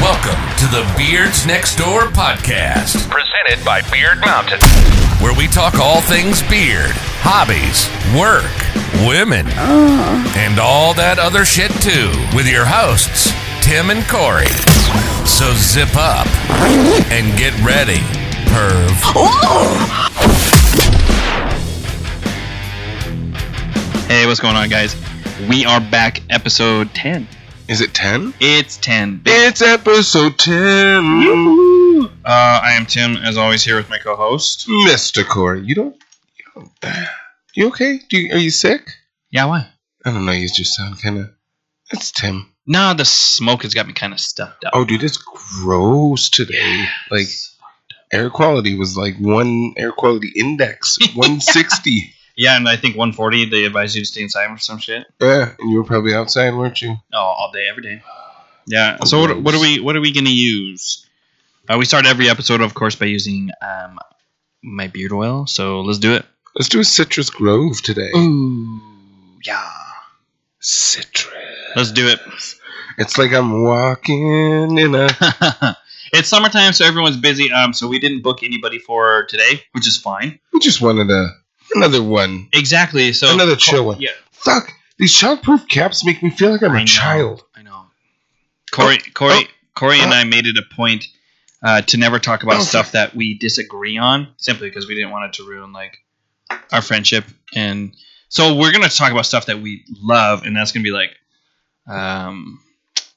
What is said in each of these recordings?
Welcome to the Beards Next Door podcast, presented by Beard Mountain. where we talk all things beard, hobbies, work, women, and all that other shit too, with your hosts, Tim and Corey. So zip up and get ready, perv. Hey, what's going on, guys? We are back, episode 10. Is it 10? It's 10. Big- It's episode 10. Woo! Uh, I am Tim, as always, here with my co host. Mr. Corey, you don't. You, don't, you okay? Do you, are you sick? Yeah, why? I don't know. You just sound kind of. It's Tim. Nah, the smoke has got me kind of stuffed up. Oh, dude, it's gross today. Like, air quality was like one air quality index, 160. Yeah, and I think 140, they advise you to stay inside or some shit. yeah, and you were probably outside, weren't you? Oh, all day, every day. Yeah. So what, what are we what are we gonna use? Uh, we start every episode, of course, by using um, my beard oil. So let's do it. Let's do a citrus grove today. Mm. Ooh, yeah. Citrus. Let's do it. It's like I'm walking in a. it's summertime, so everyone's busy. Um, so we didn't book anybody for today, which is fine. We just wanted a another one. Exactly. So Another chill one. Yeah, Fuck! These shockproof caps make me feel like I'm I a know, child. I know. Corey, Corey, oh, Corey, and oh. I made it a point uh, to never talk about Oh. stuff that we disagree on, simply because we didn't want it to ruin like our friendship. And so we're gonna talk about stuff that we love, and that's gonna be like um,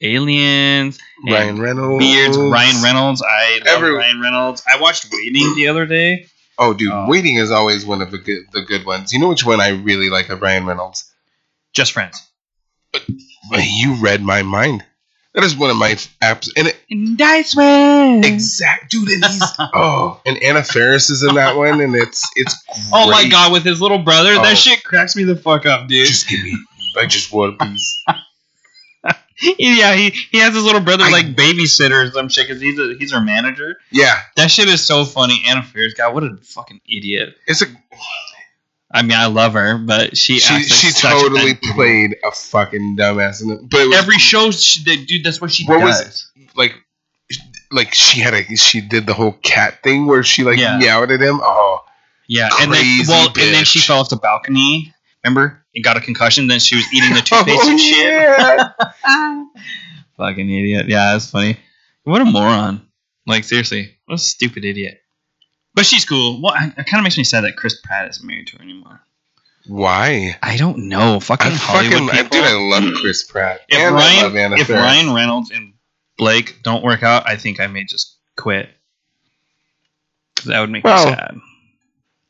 aliens, and Ryan Reynolds. Beards, Ryan Reynolds. I love Every- Ryan Reynolds. I watched Waiting the other day. Oh, dude, Oh. Waiting is always one of the good, the good ones. You know which one I really like of Ryan Reynolds? Just friends. You read my mind. That is one of my f- apps. And it, And I swear. exact, dude, and he's oh, and Anna Ferris is in that one, and it's it's. Great. Oh my god, with his little brother, Oh. that shit cracks me the fuck up, dude. Just give me. I just want a piece. yeah, he, he has his little brother I- like babysitter or some shit because he's a, he's her manager. Yeah, That shit is so funny. Anna Faris, God, what a fucking idiot. it's a. I mean, I love her, but she She acts like she such totally an- played a fucking dumbass in it, but it was every show. She, that- dude, that's what she What was- does. like like she had a she did the whole cat thing where she like Yeah. meowed at him. Oh, yeah, and then Crazy well, and then she bitch. fell off the balcony. Remember, and got a concussion. Then she was eating the toothpaste oh and shit. yeah. Fucking idiot. Yeah, that's funny. What a moron. Like, seriously, what a stupid idiot. But she's cool. Well, I- it kind of makes me sad that Chris Pratt isn't married to her anymore. Why? I don't know. Fucking I Hollywood fucking I, people. dude, I love Chris Pratt. if and I love Ryan, Anna if Faris. Ryan Reynolds and Blake don't work out, I think I may just quit. 'Cause that would make Well- me sad.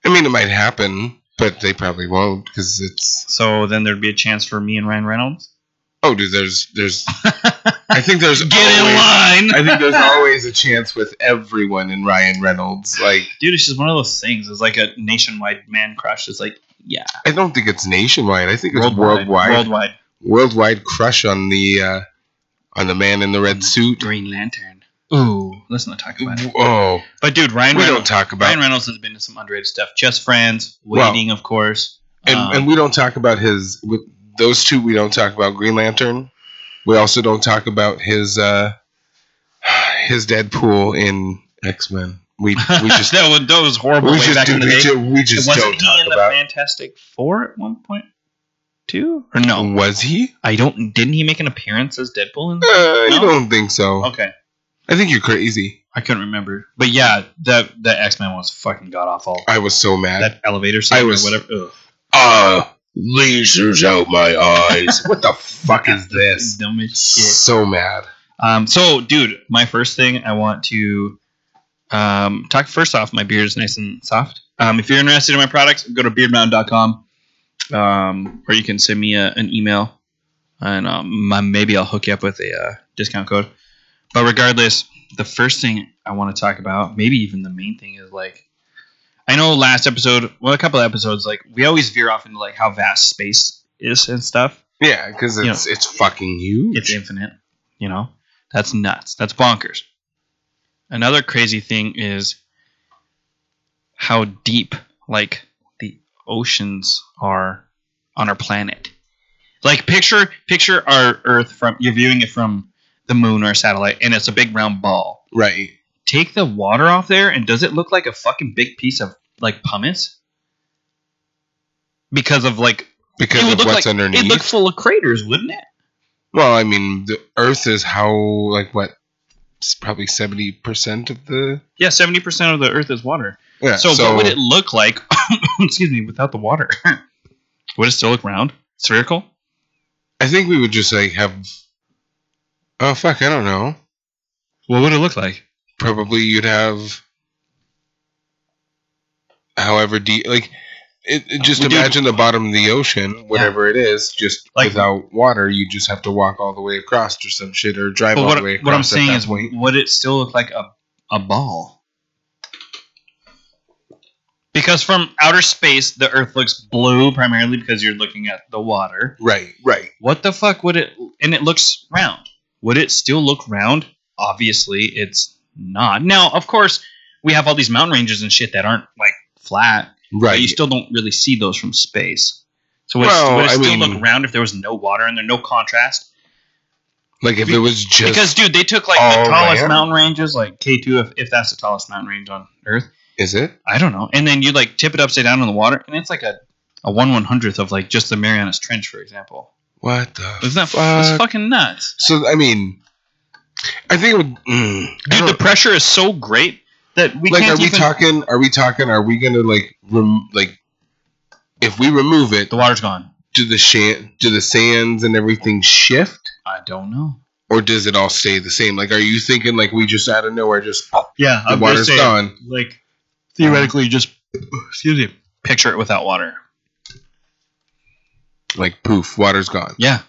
I mean, it might happen, but they probably won't because it's. So then there'd be a chance for me and Ryan Reynolds. Oh, dude, there's there's. I think there's Get in always- line. I think there's always a chance with everyone in Ryan Reynolds. Like, Dude, it's just one of those things. It's like a nationwide man crush. It's like, yeah. I don't think it's nationwide. I think it's worldwide. Worldwide. Worldwide, worldwide. crush on the uh, on the man in the red suit. Green Lantern. Ooh, let's not talk about it. Oh, But dude, Ryan we don't Reynolds, talk about Ryan Reynolds has been in some underrated stuff. Just Friends, Well, Waiting, of course. and, Um, and we don't talk about his with those two we don't talk about green lantern we also don't talk about his uh his deadpool in x-men we we just that, was, that was horrible. we way just back in do, the we, day. ju- we just Wasn't don't he talk in the about Fantastic Four at one point? Two or no? was he I don't. Didn't he make an appearance as Deadpool in? uh, i No. don't think so Okay, i think you're crazy I couldn't remember. But yeah, that that X Men was fucking god awful. i was so mad That elevator scene I was- or whatever. Ugh. uh lasers out my eyes what the fuck is this Dumb as shit. so mad Um, so, dude, my first thing I want to um, talk first off, my beard is nice and soft. Um, if you're interested in my products, go to beardmountain.com um, or you can send me a, an email and um, my- maybe I'll hook you up with a uh, discount code. But regardless, the first thing I want to talk about, maybe even the main thing, is like I know last episode, well, a couple episodes, like we always veer off into like how vast space is and stuff yeah because You know, it's it's fucking huge it's infinite. You know, that's nuts. That's bonkers. Another crazy thing is how deep, like the oceans are on our planet. Like picture, picture our Earth from you're viewing it from the moon or a satellite, and it's a big round ball. Right. Take the water off there, and does it look like a fucking big piece of like pumice? Because of like Because it would of look what's like underneath. it look full of craters, wouldn't it? well, I mean, the Earth is how like what? It's probably seventy percent of the. Yeah, seventy percent of the Earth is water. Yeah. So, what would it look like? excuse me, without the water, would it still look round, spherical? I think we would just like have. Oh fuck! I don't know. What would it look like? probably you'd have however deep like it, it- just Well, dude- imagine the bottom of the ocean whatever it is just Like- without water you just have to walk all the way across or some shit or drive But all what, the way what across I'm at saying that is, point. would it still look like a, a ball? Because from outer space, the Earth looks blue primarily because you're looking at the water. right right What the fuck would it? And it looks round. Would it still look round? Obviously, it's not. Now, of course, we have all these mountain ranges and shit that aren't like flat, but right you still don't really see those from space. So would, it- Well, would it I still mean- look round if there was no water and there no contrast? like if it was just because dude, they took like all the tallest round. mountain ranges, like K two, if, if that's the tallest mountain range on Earth. is it I don't know. And then you like tip it upside down in the water, and it's like a a one one hundredth of like just the Marianas Trench, for example. what the Isn't that Fuck. it's fucking nuts, so i mean i think it would mm, I dude? don't- The pressure is so great that we like are can't we even. talking are we talking are we gonna like rem- like if we remove it the water's gone. do the shan- do the sands and everything shift I don't know. or does it all stay the same? Like, are you thinking like we just out of nowhere just Yeah, the water's gone? Like theoretically, just excuse me. Picture it without water. Like, poof, water's gone. Yeah,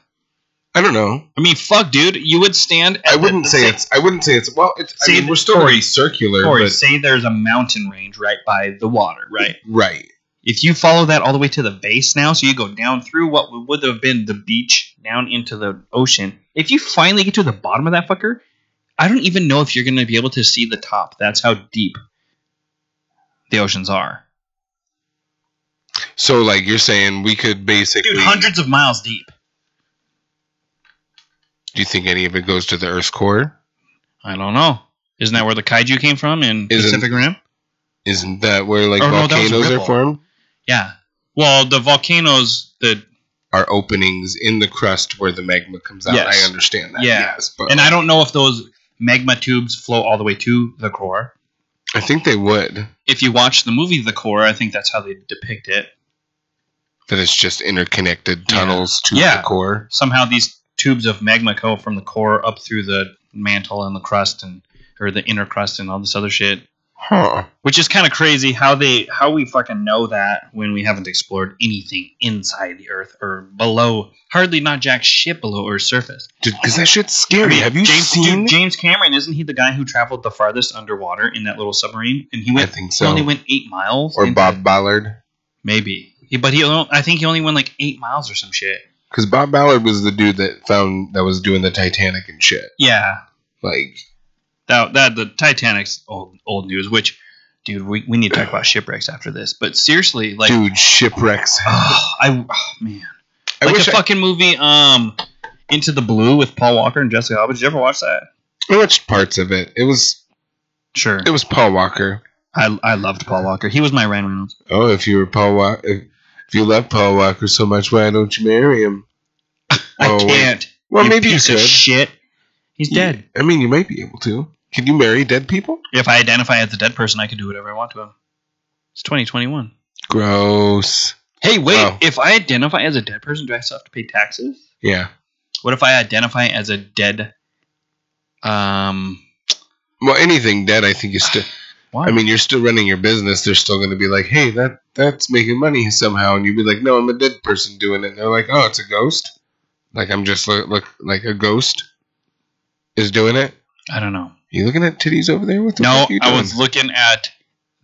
I don't know. I mean, fuck, dude. You would stand. At I the- wouldn't the say same- it's. I wouldn't say it's. Well, it's. I See, mean, the- we're still Corey- very circular, Corey, but say there's a mountain range right by the water, right? right. If you follow that all the way to the base now, so you go down through what would- would have been the beach down into the ocean. If you finally get to the bottom of that fucker, I don't even know if you're going to be able to see the top. That's how deep the oceans are. So, like, you're saying we could basically. Dude, hundreds of miles deep. do you think any of it goes to the Earth's core? I don't know. Isn't that where the kaiju came from in Isn't- Pacific Rim? Isn't that where like Oh, no, that was a volcanoes are ripple. formed? Yeah. Well, the volcanoes, the Are openings in the crust where the magma comes out? Yes. I understand that. Yeah. Yes, but and I don't know if those magma tubes flow all the way to the core. I think they would. if you watch the movie The Core, I think that's how they depict it. That it's just interconnected Yeah. tunnels to Yeah. the core. Somehow these tubes of magma go from the core up through the mantle and the crust and or the inner crust and all this other shit, Huh. which is kind of crazy how they how we fucking know that when we haven't explored anything inside the earth or below, hardly not jack shit below Earth's surface. Dude, because that shit's scary. I mean, Have you James, seen? dude, James Cameron? Isn't he the guy who traveled the farthest underwater in that little submarine? And he I went think he so. only went eight miles. or into- Bob Ballard, maybe, He- but he only, I think he only went like eight miles or some shit. because Bob Ballard was the dude that found that was doing the Titanic and shit. Yeah, Like, that that the Titanic's old old news. Which, dude, we, we need to talk about shipwrecks after this. But seriously, like, dude, shipwrecks. ah, I ah, man, I like wish the I, fucking movie, um, Into the Blue with Paul Walker and Jessica Alba. Did you ever watch that? I watched parts of it. It was Sure, it was Paul Walker. I I loved Paul Walker. He was my Ryan Reynolds. Oh, if you were Paul Walker, if, if you love Paul Walker so much, why don't you marry him? I Oh, wait. can't. Well, you maybe you piece could. of shit. He's You- dead. I mean, you might be able to. Can you marry dead people? If I identify as a dead person, I can do whatever I want to him. It's 2021. Gross. Hey, wait. Wow. If I identify as a dead person, do I still have to pay taxes? Yeah. What if I identify as a dead? Um, Well, anything dead, I think you still. why? I mean, you're still running your business. They're still going to be like, "Hey, that that's making money somehow," and you'd be like, "No, I'm a dead person doing it." And they're like, "Oh, it's a ghost." Like I'm just look, look like a ghost is doing it. I don't know. You looking at titties over there? What the No, fuck you I doing? was looking at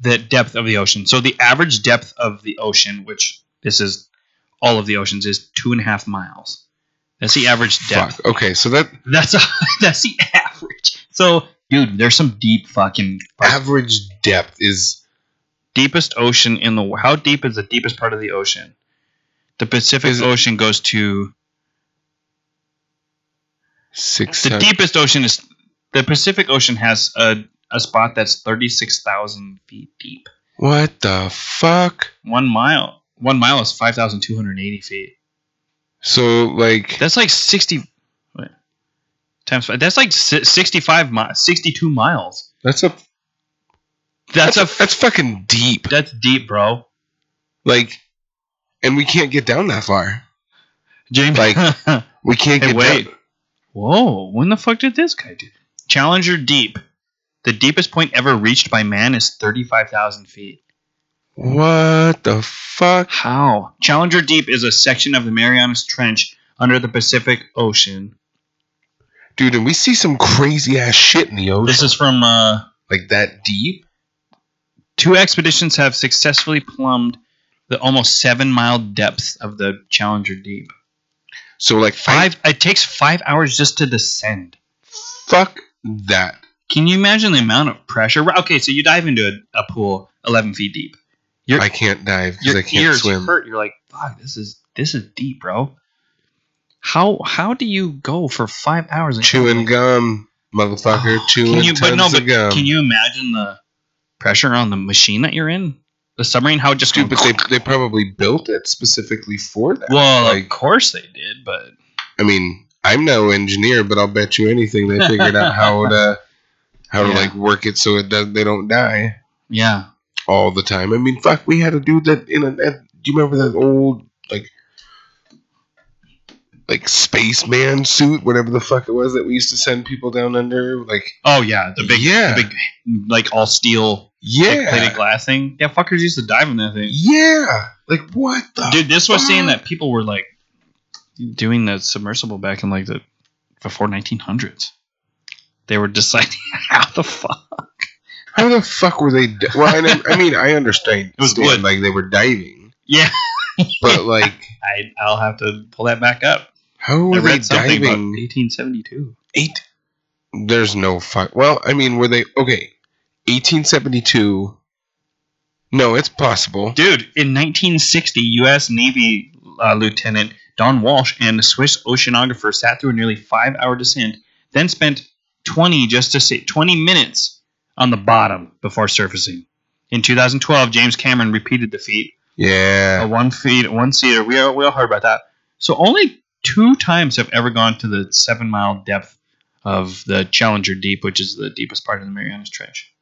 the depth of the ocean. So the average depth of the ocean, which this is all of the oceans, is two and a half miles. That's the average depth. Fuck. Okay, so that That's that's the average. So, dude, there's some deep fucking average depth is deepest ocean in the wo- how deep is the deepest part of the ocean? The Pacific Is it- Ocean goes to Six. The seven- deepest ocean is the Pacific Ocean has a, a spot that's thirty six thousand feet deep. What the fuck? One mile. One mile is five thousand two hundred eighty feet. So like That's like sixty. Wait, times five. That's like si- sixty five miles. Sixty two miles. that's a That's a. that's fucking deep. That's deep, bro. Like, and we can't get down that far. James. Like- We can't Hey, get wait. down. Whoa, when the fuck did this guy do? Challenger Deep. The deepest point ever reached by man is 35,000 feet. What the fuck? How? Challenger Deep is a section of the Marianas Trench under the Pacific Ocean. Dude, and we see some crazy ass shit in the ocean. This is from uh, Like that deep? two expeditions have successfully plumbed the almost seven mile depths of the Challenger Deep. So like I- Five. It takes five hours just to descend. fuck that. Can you imagine the amount of pressure? Okay, so you dive into a, a pool 11 feet deep. You're- I can't dive because your I can't ears swim. hurt. You're like, fuck, this is this is deep, bro. How how do you go for five hours and Chewing gum, motherfucker. chewing Can you? tons But no, of but gum. can you imagine the pressure on the machine that you're in, the submarine? How it just Dude, goes? but they, they probably built it specifically for that. well, like- of course they did, but I mean, I'm no engineer, but I'll bet you anything they figured out how to how to Yeah. like work it so it does they don't die yeah, all the time. I mean, fuck, we had a dude that in a that, do you remember that old like like spaceman suit, whatever the fuck it was that we used to send people down under, like oh yeah, the big yeah, the big like all steel like, plated yeah, glass thing. Yeah, fuckers used to dive in that thing. yeah. Like what the Dude, this was saying fuck? that people were like doing the submersible back in like the before 1900s. They were deciding how the fuck. How the fuck were they? Di- well, I, never, I mean, I understand. was wood. like they were diving, Yeah, but like, I, I'll have to pull that back up. how I were they read something about diving? 1872. Eight. There's no fuck. Well, I mean, were they okay? 1872. No, it's possible. Dude, in 1960, U.S. Navy uh, Lieutenant Don Walsh and a Swiss oceanographer sat through a nearly five-hour descent, then spent 20 just to say 20 minutes on the bottom before surfacing. In 2012, James Cameron repeated the feat, Yeah. a one feet, one seater. We all, we all heard about that. So only two times have ever gone to the seven mile depth of the Challenger Deep, which is the deepest part of the Marianas Trench.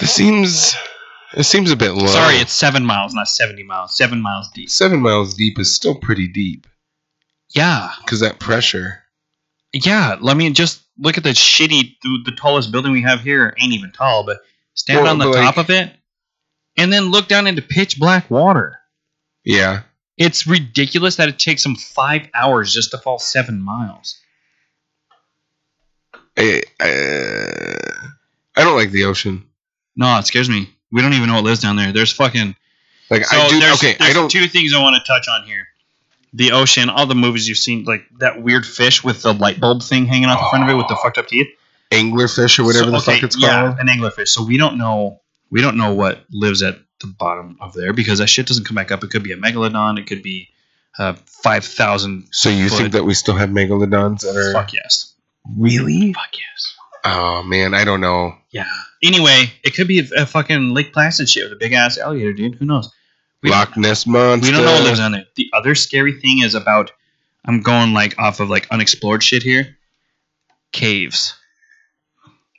This seems. It seems a bit low. Sorry, it's seven miles, not seventy miles. Seven miles deep. seven miles deep. Is still pretty deep Yeah, because that pressure. yeah. Let me just look at the shitty, the, the tallest building we have here. Ain't even tall, but stand Well, on the but, like- top of it, and then look down into pitch black water. Yeah. It's ridiculous that it takes them five hours just to fall seven miles. I, I, I don't like the ocean. No, it scares me. We don't even know what lives down there. There's fucking. Like So I do. there's, Okay, there's I don't. two things I want to touch on here: the ocean, all the movies you've seen, like that weird fish with the light bulb thing hanging out the front of it with the fucked up teeth, anglerfish or whatever So- the okay, fuck it's Yeah, called. an anglerfish. So we don't know. We don't know what lives at the bottom of there because that shit doesn't come back up. It could be a megalodon. It could be uh, five thousand. So you think But- that we still have megalodons that are Fuck yes. really? Fuck yes. Oh man, I don't know. Yeah. Anyway, it could be a, a fucking Lake Placid shit with a big ass alligator, dude. Who knows? We don't- Loch Ness monster. We don't know what lives on there. The other scary thing is about I'm going like off of like unexplored shit here. Caves.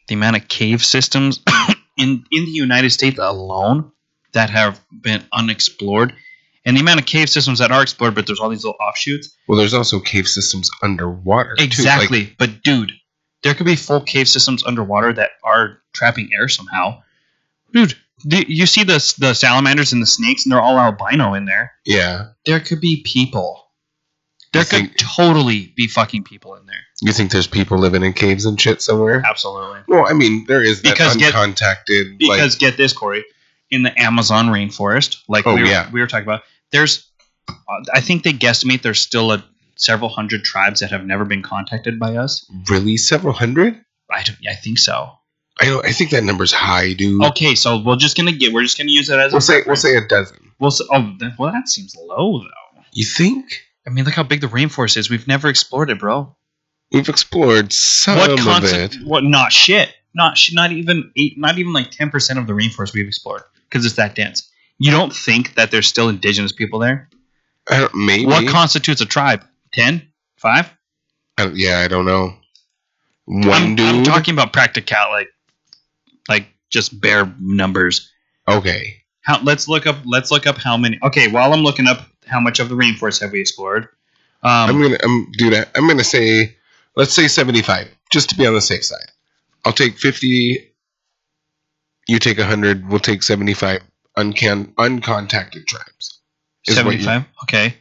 The amount of cave systems in in the United States alone that have been unexplored. And the amount of cave systems that are explored, but there's all these little offshoots. Well, there's also cave systems underwater. too. Like, Exactly. but dude, there could be full cave systems underwater that are trapping air somehow. Dude, the, you see the s- the salamanders and the snakes, and they're all albino in there yeah. there could be people. There I could think- totally be fucking people in there. You think there's people living in caves and shit somewhere? Absolutely. Well, I mean, there is that Because get- uncontacted. Because get this, Corey, in the Amazon rainforest, like Oh, we, were, yeah. we were talking about, there's, uh, I think they guesstimate there's still a several hundred tribes that have never been contacted by us. like, really several hundred? I, don't- I think so. I don't. I think that number's high, dude. Okay, so we're just gonna get, we're just gonna use that as Mm. We'll a say we'll reference. say a dozen. we'll say, oh, that, well, that seems low though. You think? I mean, look how big the rainforest is. We've never explored it, bro. We've explored some what of concept? it. What not shit? Not sh- not even eight. Not even like ten percent of the rainforest we've explored because it's that dense. You don't think that there's still indigenous people there? I don't, maybe. What constitutes a tribe? 10? 5? I don't- yeah, I don't know. One I'm, dude. I'm talking about practical, like, like just bare numbers. okay. How, let's look up. Let's look up how many. Okay, while I'm looking up how much of the rainforest have we explored? Um, I'm gonna I'm, do that. I'm gonna say, let's say 75, just to be on the safe side. I'll take 50. You take 100. We'll take 75 uncan uncontacted tribes. is what you- 75. Okay.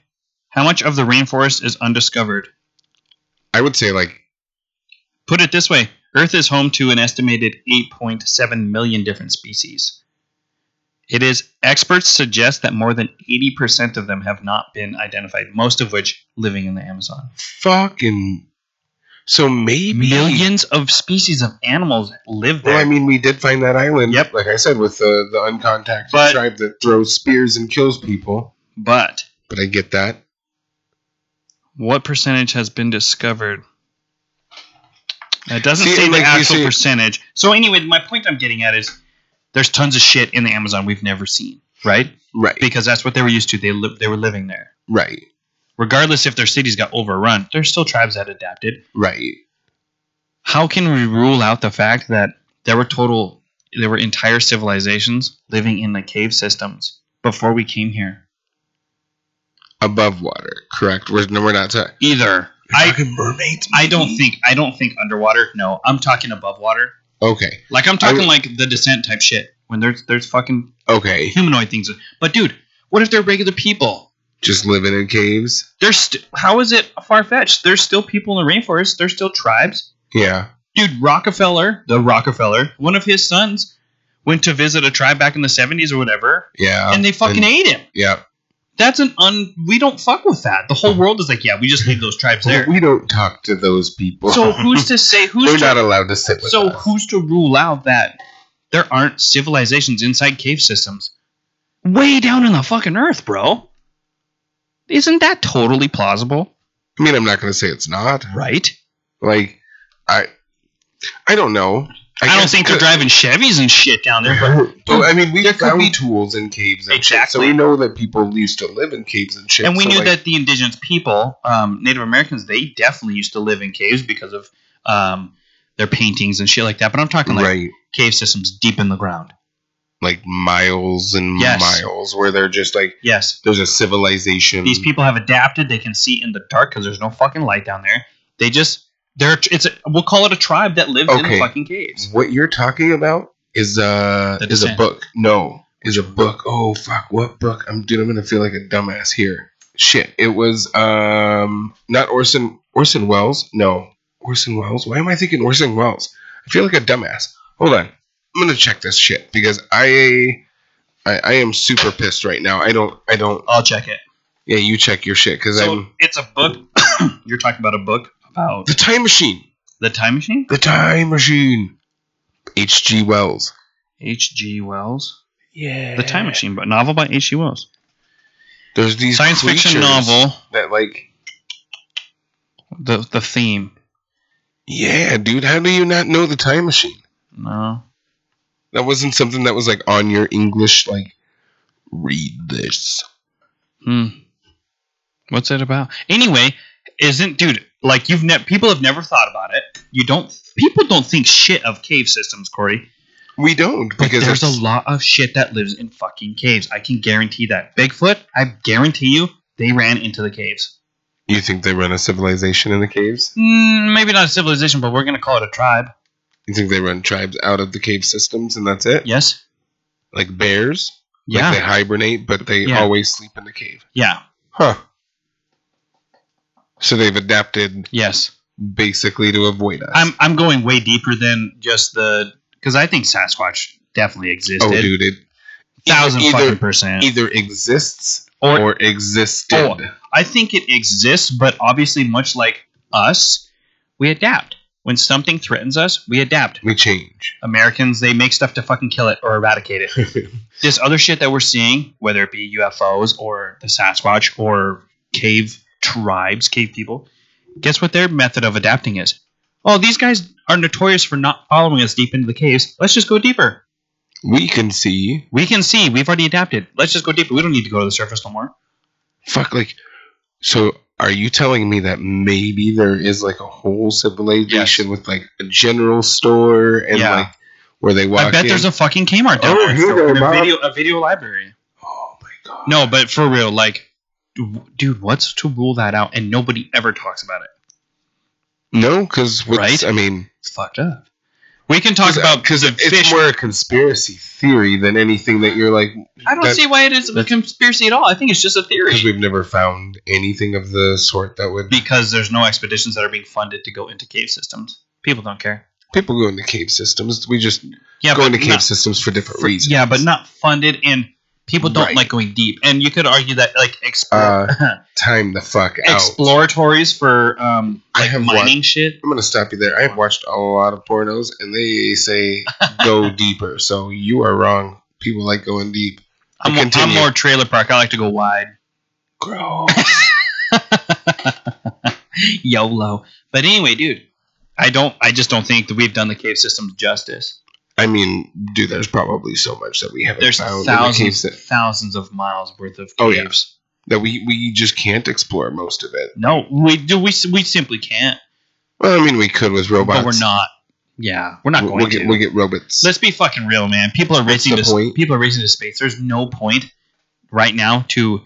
How much of the rainforest is undiscovered? I would say like Put it this way: Earth is home to an estimated 8.7 million different species. It is experts suggest that more than 80% of them have not been identified, most of which living in the Amazon. fucking. So maybe Millions of species of animals live there. Well, I mean, we did find that island. Yep. Like I said, with the the uncontacted But- tribe that throws spears and kills people. but But I get that. what percentage has been discovered? It doesn't See, say the like you actual see- percentage. So anyway, my point I'm getting at is there's tons of shit in the Amazon we've never seen, right? Right. Because that's what they were used to. They li- they were living there. Right. Regardless if their cities got overrun, there's still tribes that adapted. Right. How can we rule out the fact that there were total there were entire civilizations living in the cave systems before we came here? Above water, correct? We're, no, we're not talking. Either. I mermaids. I don't think I don't think underwater. No, I'm talking above water. Okay. Like I'm talking I- like the descent type shit. When there's there's fucking Okay. humanoid things. But dude, what if they're regular people? Just living in caves. There's st- how is it far fetched? There's still people in the rainforest. There's still tribes. Yeah. Dude, Rockefeller, the Rockefeller, one of his sons went to visit a tribe back in the 70s or whatever, Yeah. and they fucking ate him. Yeah. That's an un. We don't fuck with that. The whole world is like, yeah, we just leave those tribes there. We don't talk to those people. So who's to say They're who's to not allowed to sit with So us. who's to rule out that there aren't civilizations inside cave systems? Way down in the fucking earth, bro. Isn't that totally plausible? I mean, I'm not going to say it's not. Right? Like, I, I don't know. I, don't guess think they're could- driving Chevys and shit down there, but But I mean, we There could found be- tools in caves and shit, so Exactly. we know that people used to live in caves and shit. and we so, knew like, that the indigenous people, um, Native Americans, they definitely used to live in caves because of um, their paintings and shit like that. But I'm talking like right, cave systems deep in the ground. like miles and Yes. miles, where they're just like Yes, there's a civilization. These people have adapted. They can see in the dark because there's no fucking light down there. They just they're it's a, we'll call it a tribe that lived in the Okay. fucking caves. What you're talking about is uh The is a Descent. book. No, is a book. Oh fuck, what book? I'm dude. I'm gonna feel like a dumbass here. Shit, it was um not Orson Orson Welles. No, Orson Welles. Why am I thinking Orson Welles? I feel like a dumbass. Hold on, I'm gonna check this shit because I. I, I am super pissed right now. I don't. I don't. I'll check it. Yeah, you check your shit because So I'm it's a book. You're talking about a book about the time machine. the time machine. The time machine. H. G. Wells. H. G. Wells. Yeah. The time machine, but novel by H. G. Wells. There's these Science fiction creatures novel. that like The the theme. Yeah, dude, how do you not know the time machine? No. That wasn't something that was like on your English like read this. Hmm. What's it about? Anyway, isn't dude like you've ne- people have never thought about it. You don't people don't think shit of cave systems, Corey. We don't But because there's it's- a lot of shit that lives in fucking caves. I can guarantee that. Bigfoot, I guarantee you, they ran into the caves. You think they run a civilization in the caves? Mm, maybe not a civilization, but we're gonna call it a tribe. You think they run tribes out of the cave systems and that's it? Yes. Like bears? Yeah. Like they hibernate but they Yeah. always sleep in the cave. yeah. Huh. So they've adapted Yes. basically to avoid us. I'm I'm going way deeper than just the because I think Sasquatch definitely existed. oh dude, it Thousand either- fucking percent. either exists Or- or, existed. Oh. I think it exists, but obviously, much like us, we adapt. When something threatens us, we adapt. We change. Americans, they make stuff to fucking kill it or eradicate it. this other shit that we're seeing, whether it be UFOs or the Sasquatch or cave tribes, cave people, Guess what their method of adapting is? Oh, these guys are notorious for not following us deep into the caves. Let's just go deeper. We can see. We can see. We've already adapted. Let's just go deeper. We don't need to go to the surface no more. Fuck, like, so are you telling me that maybe there is like a whole civilization with like a general store and Yeah. like where they walk I bet in? there's a fucking Kmart down Oh, there. here So- they and a are. video, a video library. oh my god. No, but for real, like, d- dude, what's to rule that out? And nobody ever talks about it. No, because Right? I mean, It's fucked up. We can talk about because the it's fish- more a conspiracy theory than anything that you're like. I don't that- see why it is a that- conspiracy at all. I think it's just a theory. Because we've never found anything of the sort that would. Because there's no expeditions that are being funded to go into cave systems. People don't care. People go into cave systems. We just Yeah, go but into cave not- systems for different for- reasons. Yeah, but not funded, and people don't Right. like going deep. And you could argue that like explore, Uh, time the fuck out. exploratories for um, I like have mining shit. I'm gonna stop you there. I've watched a lot of pornos, and they say go deeper. So you are wrong. People like going deep. I'm, more- I'm continue. more trailer park. I like to go wide. Gross. YOLO. But anyway, dude, I don't. I just don't think that we've done the cave systems justice. I mean, dude, there's probably so much that we haven't There's found in the thousands, caves that, thousands of miles worth of caves. Oh, yeah. that we we just can't explore most of it. No, we do. We we simply can't. Well, I mean, we could with robots, But we're not. Yeah, we're not We'll- going we'll to. get we'll get robots. Let's be fucking real, man. People are racing the to point? people are racing to space. There's no point right now to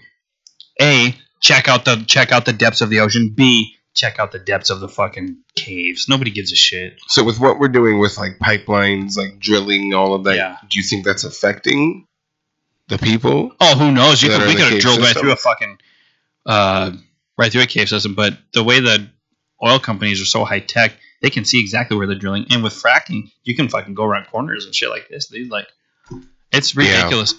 a check out the check out the depths of the ocean. B check out the depths of the fucking caves. Nobody gives a shit. So with what we're doing with like pipelines, like drilling, all of that, Yeah. do you think that's affecting the people? Oh, who knows? You That could, are we the could have cave drilled right system. through a fucking uh, right through a cave system. But the way the oil companies are so high tech, they can see exactly where they're drilling. And with fracking, you can fucking go around corners and shit like this. They like it's Yeah. ridiculous.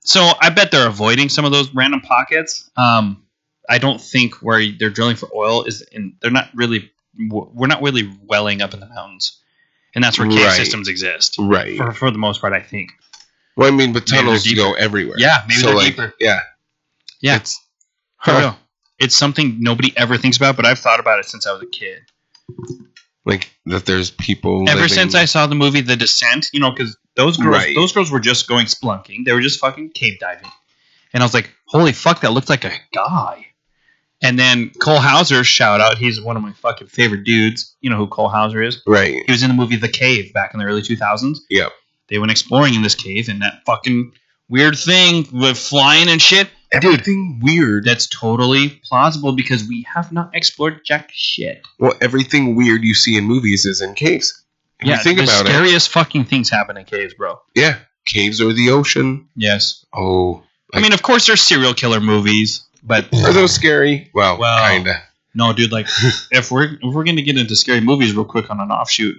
So I bet they're avoiding some of those random pockets. Um, I don't think where they're drilling for oil is in. They're not really. We're not really welling up in the mountains, and that's where cave Right. systems exist Right. for, for the most part. I think. Well, I mean, but Maybe they're tunnels deeper. go everywhere. Yeah, maybe So, they're like, deeper. Yeah. Yeah. It's, For Huh. real. It's something nobody ever thinks about, but I've thought about it since I was a kid. like that. There's people. Ever living- since I saw the movie The Descent, you know, because those girls, Right. those girls were just going splunking. They were just fucking cave diving, and I was like, "Holy fuck, that looked like a guy." And then Cole Hauser, shout out, he's one of my fucking favorite dudes. You know who Cole Hauser is? Right. He was in the movie The Cave back in the early two thousands. Yep. They went exploring in this cave, and that fucking weird thing with flying and shit. Everything weird. That's totally plausible because we have not explored jack shit. Well, everything weird you see in movies is in caves. If you think the about it. scariest fucking things happen in caves, bro. Yeah. Caves or the ocean. Yes. Oh. I mean, of course, there's serial killer movies, but Are those scary? Well, Well, kinda. no, dude. Like, if we're if we're gonna get into scary movies real quick on an offshoot,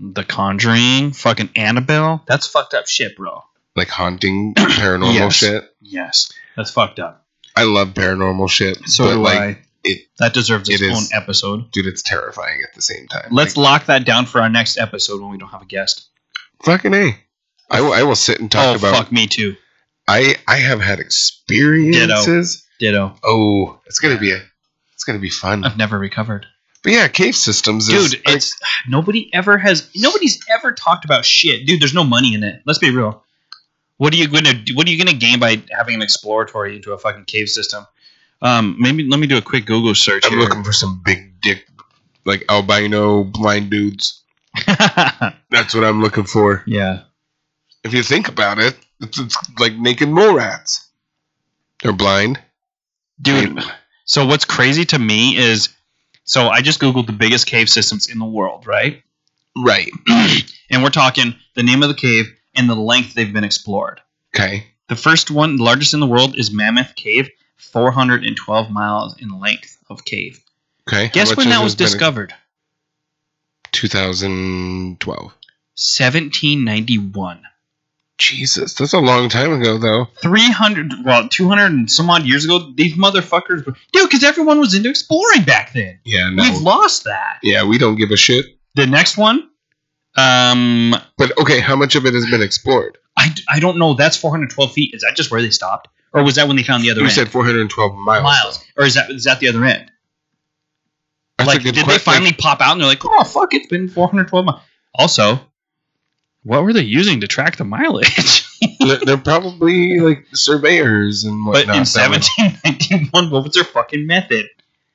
The Conjuring, fucking Annabelle, that's fucked up shit, bro. Like haunting paranormal Yes. shit. Yes, that's fucked up. I love paranormal shit. So but do like, I. it- that deserves its it own is- episode. dude, it's terrifying at the same time. Let's lock that down for our next episode when we don't have a guest. Fucking A. I, will- I will sit and talk oh about. fuck, me too. I I have had experiences. Ditto. Oh, it's gonna be a, it's gonna be fun. I've never recovered. But yeah, cave systems, is, Uh, dude it's nobody ever has nobody's ever talked about shit dude there's no money in it let's be real what are you gonna do what are you gonna gain by having an exploratory into a fucking cave system um maybe let me do a quick google search I'm here. looking for some big dick, like albino blind dudes. That's what I'm looking for. yeah If you think about it, it's, it's like naked mole rats. They're blind. dude so what's crazy to me is so i just googled the biggest cave systems in the world right Right. and we're talking the name of the cave and the length they've been explored Okay. The first one, the largest in the world, is Mammoth Cave, 412 miles in length of cave. Okay. How Guess much when has that it was been in- discovered? 2012. 1791. Jesus, that's a long time ago, though. 300, well, 200 and some odd years ago, these motherfuckers were. Dude, because everyone was into exploring back then. Yeah, no. We've lost that. yeah, we don't give a shit. The next one, um, But okay, how much of it has been explored? I, d- I don't know. That's 412 feet. Is that just where they stopped? Or was that when they found the other You end? said 412 miles. miles. Or is that, is that the other end? That's like, a did good they question. finally pop out and they're like, oh fuck, it's been 412 miles? Also, what were they using to track the mileage? They're, they're probably like surveyors and but whatnot. in that would- 1791, what was their fucking method?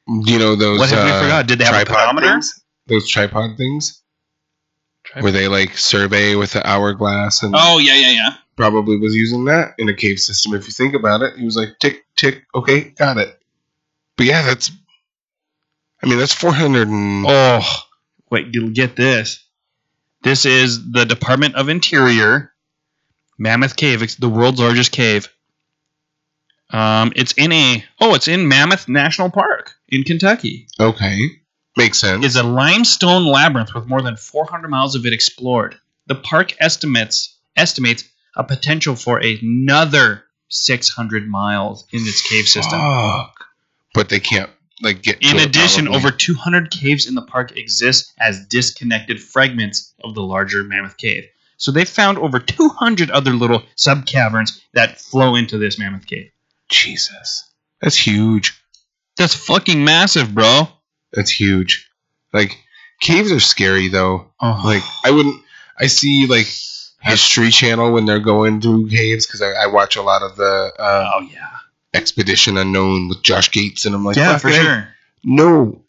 you know those. What have we uh, forgot? Did they have a tripod pedometer? things? Those tripod things where they like survey with the hourglass and Oh yeah, yeah, yeah. probably was using that in a cave system. If you think about it, he was like tick tick. Okay, got it. But yeah, that's. I mean, that's 400 and Oh, wait, you'll get this. This is the Department of Interior Mammoth Cave. It's the world's largest cave. Um, it's in a oh, it's in Mammoth National Park in Kentucky. okay, makes sense. Oh. It's a limestone labyrinth with more than 400 miles of it explored. The park estimates estimates a potential for another 600 miles in its cave system. Fuck. But they can't like get. to In it, addition, probably. over 200 caves in the park exist as disconnected fragments of the larger Mammoth Cave. So they found over 200 other little sub caverns that flow into this Mammoth Cave. Jesus, that's huge. That's fucking massive, bro. That's huge. Like caves are scary though. Oh, Like I wouldn't. I see like History Channel when they're going through caves because I, I watch a lot of the uh, oh yeah, Expedition Unknown with Josh Gates, and I'm like, yeah, "Fuck for that." sure. No,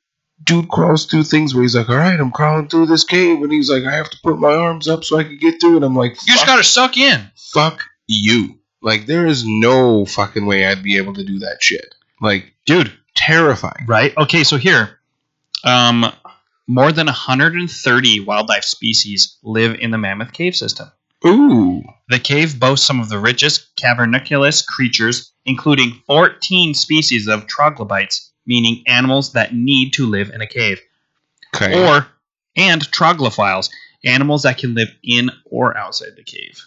dude crawls through things where he's like, all right, I'm crawling through this cave, and he's like, I have to put my arms up so I can get through, and I'm like, You just fuck, gotta suck in. fuck you. Like there is no fucking way I'd be able to do that shit. Like dude terrifying. right okay so here um more than 130 wildlife species live in the mammoth cave system Ooh. the cave boasts some of the richest caverniculous creatures including 14 species of troglobites meaning animals that need to live in a cave Okay. or and troglophiles animals that can live in or outside the cave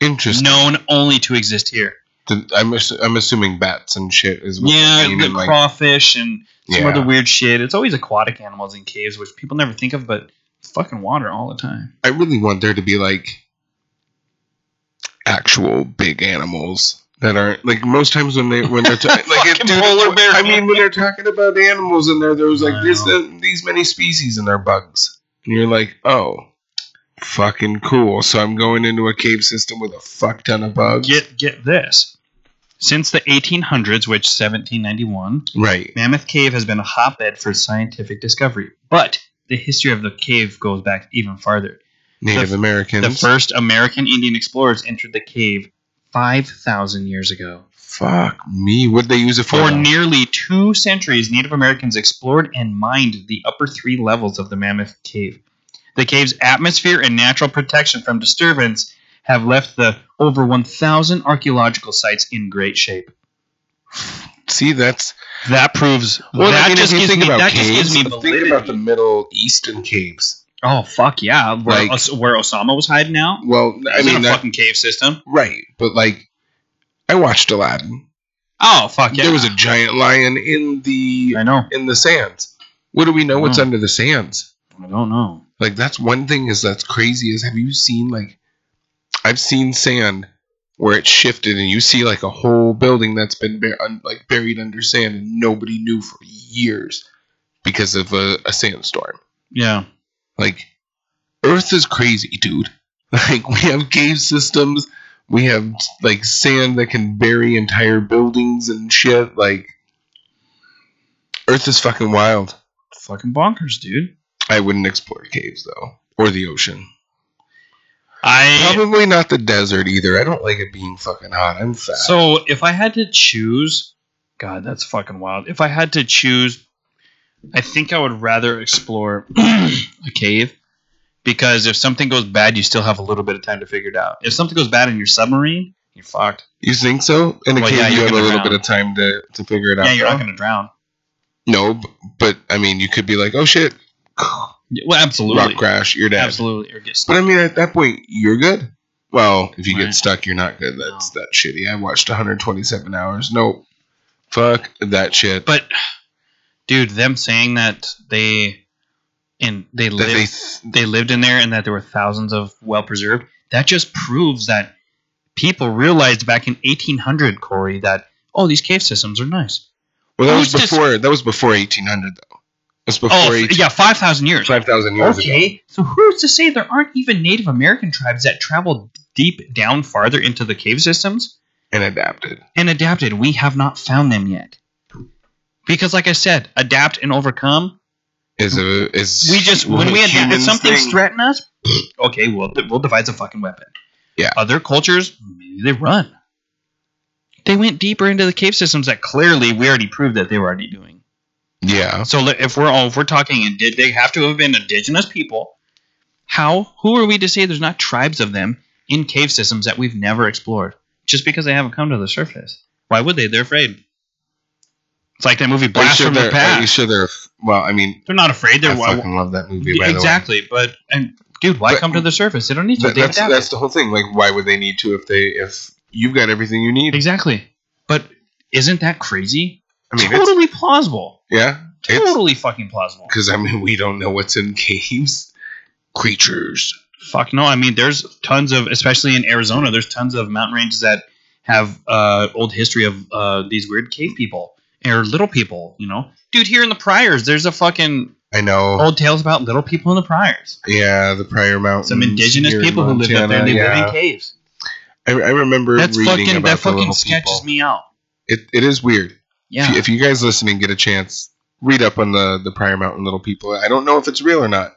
Interesting. known only to exist here Th- I'm, assu- I'm assuming bats and shit is what yeah I mean, the and, like, crawfish and some yeah. other weird shit. It's always aquatic animals in caves, which people never think of, but it's fucking water all the time. I really want there to be like actual big animals that aren't like most times when they when they're ta- like if, Fucking dude, polar bear. I mean when they're talking about animals in there, there was like there's Wow. the, these many species and they're bugs, and you're like, oh, fucking cool. So I'm going into a cave system with a fuck ton of bugs, Get get this. Since the 1800s, which 1791, right? Mammoth Cave has been a hotbed for scientific discovery. But the history of the cave goes back even farther. Native The f- The Americans, first American Indian explorers entered the cave 5,000 years ago. fuck me. What they use it for? For nearly two centuries, Native Americans explored and mined the upper three levels of the Mammoth Cave. The cave's atmosphere and natural protection from disturbance have left the over 1,000 archaeological sites in great shape. See, that's That proves well. that I mean, just if you gives think me about that caves, just gives me think validity. about the Middle Eastern caves. oh fuck yeah, where, Like- Os- where Osama was hiding out. Well, I He's in mean, a that, fucking cave system. right, but like, I watched Aladdin. Oh fuck yeah, There was a giant lion in the I know. in the sands. What do we know? What's Oh. under the sands? I don't know. Like that's one thing is that's crazy. Is have you seen like, I've seen sand where it shifted and you see like a whole building that's been bur- un- like buried under sand and nobody knew for years because of a, a sandstorm. Yeah, Like, Earth is crazy, dude. Like, we have cave systems, we have, like, sand that can bury entire buildings and shit. Like, Earth is fucking wild. fucking bonkers, dude. I wouldn't explore caves, though, or the ocean. I Probably not the desert either. I don't like it being fucking hot. I'm fat. So if I had to choose, God, that's fucking wild. If I had to choose, I think I would rather explore a cave because if something goes bad, you still have a little bit of time to figure it out. If something goes bad in your submarine, you're fucked. you think so? In a Well, cave, yeah, you you're have a gonna little drown. bit of time to, to figure it out. Yeah, you're not though. going to drown. No, b- but I mean, you could be like, oh shit, rock Yeah, Well, absolutely, crash, you're dead. absolutely, or get But stuck. I mean, at that point, you're good. Well, if you Right. get stuck, you're not good. That's that shitty. I watched 127 hours. Nope. Fuck that shit. But dude, them saying that they and they that live they they lived in there and that there were thousands of well preserved. That just proves that people realized back in 1800, Corey, that oh, these cave systems are nice. well, that who's was dis- before that was before 1800 though. That's before Oh, f- eight, yeah, 5,000 years. five thousand years ago. Okay, so who's to say there aren't even Native American tribes that traveled deep down farther into the cave systems and adapted. and adapted? We have not found them yet. Because, like I said, adapt and overcome. Is a is We just when we adapt, if humans something's thing. threatening us, okay, we'll we'll devise a fucking weapon. Yeah. Other cultures, maybe they run. They went deeper into the cave systems that clearly we already proved that they were already doing. yeah, So li- if we're all, if we're talking, and did they have to have been indigenous people? How? Who are we to say there's not tribes of them in cave systems that we've never explored? Just because they haven't come to the surface, why would they? They're afraid. It's like that movie Are you Blast sure from the they're? Are you Past. sure they're? Well, I mean, They're not afraid. They're I why, fucking love that movie. By exactly. But and dude, why But- come to the surface? They don't need to. The way. They That, that's adapt. that's the whole thing. Like, why would they need to if they if you've got everything you need? exactly. But isn't that crazy? I mean, it's, totally plausible. yeah, it's Totally fucking plausible. because I mean we don't know what's in caves, creatures. Fuck no! I mean, there's tons of, especially in Arizona, there's tons of mountain ranges that have uh, old history of uh, these weird cave people or little people. You know, dude, here in the Priors, there's a fucking I know. old tales about little people in the Priors. Yeah, the Prior Mountains. Some indigenous here in people who live up there, Montana, and they live yeah. in caves. I, I remember That's reading fucking about that the little fucking sketches people. me out. It, it is weird. If, Yeah, you, if you guys listening get a chance, read up on the the Prior Mountain Little People. I don't know if it's real or not.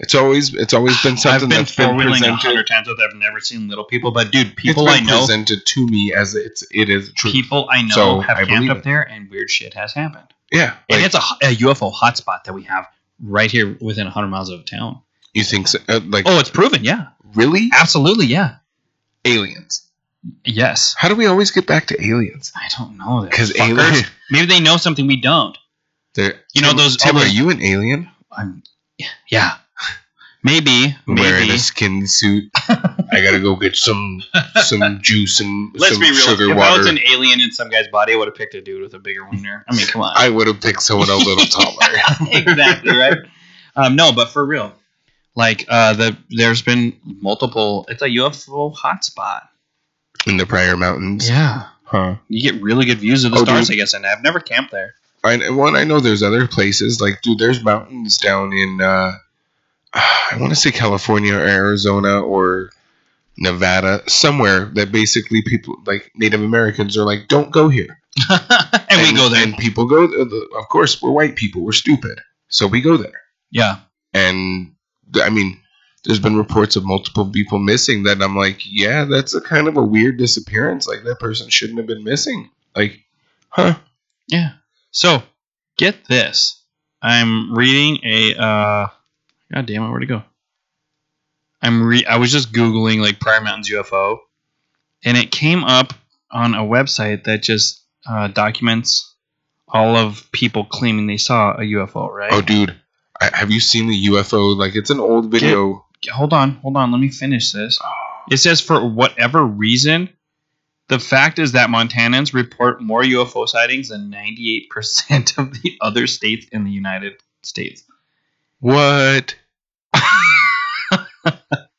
It's always it's always been something I've been that's been four wheeling a presented. hundred times, but I've never seen little people. But dude, It's people been I know, presented to me as it's it is true. people I know So, have I camped believe up it. there, and weird shit has happened. Yeah, And like, it's a, a UFO hotspot that we have right here within 100 miles of town. you think so, uh, like Oh, it's proven, yeah. really Absolutely, yeah. aliens? Yes. How do we always get back to aliens? I don't know. those 'Cause fuckers. alien- Maybe they know something we don't. They're- You know Tim- those- Tim, all are those- you an alien? I'm, yeah. Maybe. Wearing Maybe. a skin suit. I gotta go get some some juice and Let's some be real. sugar if I water. was an alien in some guy's body, I would have picked a dude with a bigger one there. I mean, come on. I would have picked someone a little taller. exactly right. Um, no, but for real, like uh, the there's been multiple. It's a UFO hotspot. in the Prior Mountains. Yeah. Huh. You get really good views of the Oh, stars, I dude. guess, and I've never camped there. I one I know there's other places like dude, there's mountains down in uh, I want to say California or Arizona or Nevada somewhere that basically people like Native Americans are like don't go here and, we go there. and people go uh, of course we're white people we're stupid so we go there yeah. and I mean there's been reports of multiple people missing that I'm like yeah that's a kind of a weird disappearance like that person shouldn't have been missing like huh Yeah. So, get this. I'm reading a uh God damn it, where'd it go? I'm re I was just Googling like Prior Mountains UFO and it came up on a website that just uh, documents all of people claiming they saw a UFO, right? Oh, dude, I, have you seen the UFO? Like, it's an old video. hold on, hold on. Let me finish this. It says for whatever reason, the fact is that Montanans report more UFO sightings than 98% of the other states in the United States. What?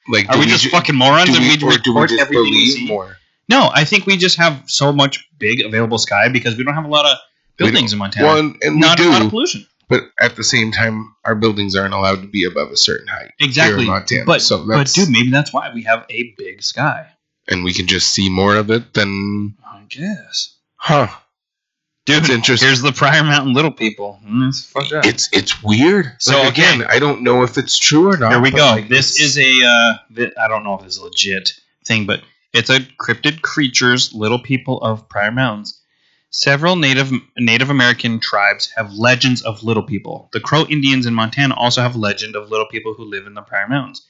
like, Are do we, just ju- fucking morons do and we, we, or report do we just everything we believe see? more? No, I think we just have so much big available sky because we don't have a lot of We don't- buildings in Montana. Well, and, and we Not a lot of do, pollution. but at the same time, our buildings aren't allowed to be above a certain height. Here Exactly. in Montana, But, so but that's, dude, maybe that's why we have a big sky. and we can just see more of it than, I guess. huh? Dude, It's interesting. here's the Prior Mountain Little People. Mm, it's fucked up. It's it's weird. So, So again, okay. I don't know if it's true or not. Here we but, go. like, this it's- is a. Uh, thi- I don't know if this is a legit thing, but it's a cryptid creatures, little people of Prior Mountains. Several Native Native American tribes have legends of little people. The Crow Indians in Montana also have legend of little people who live in the Prior Mountains.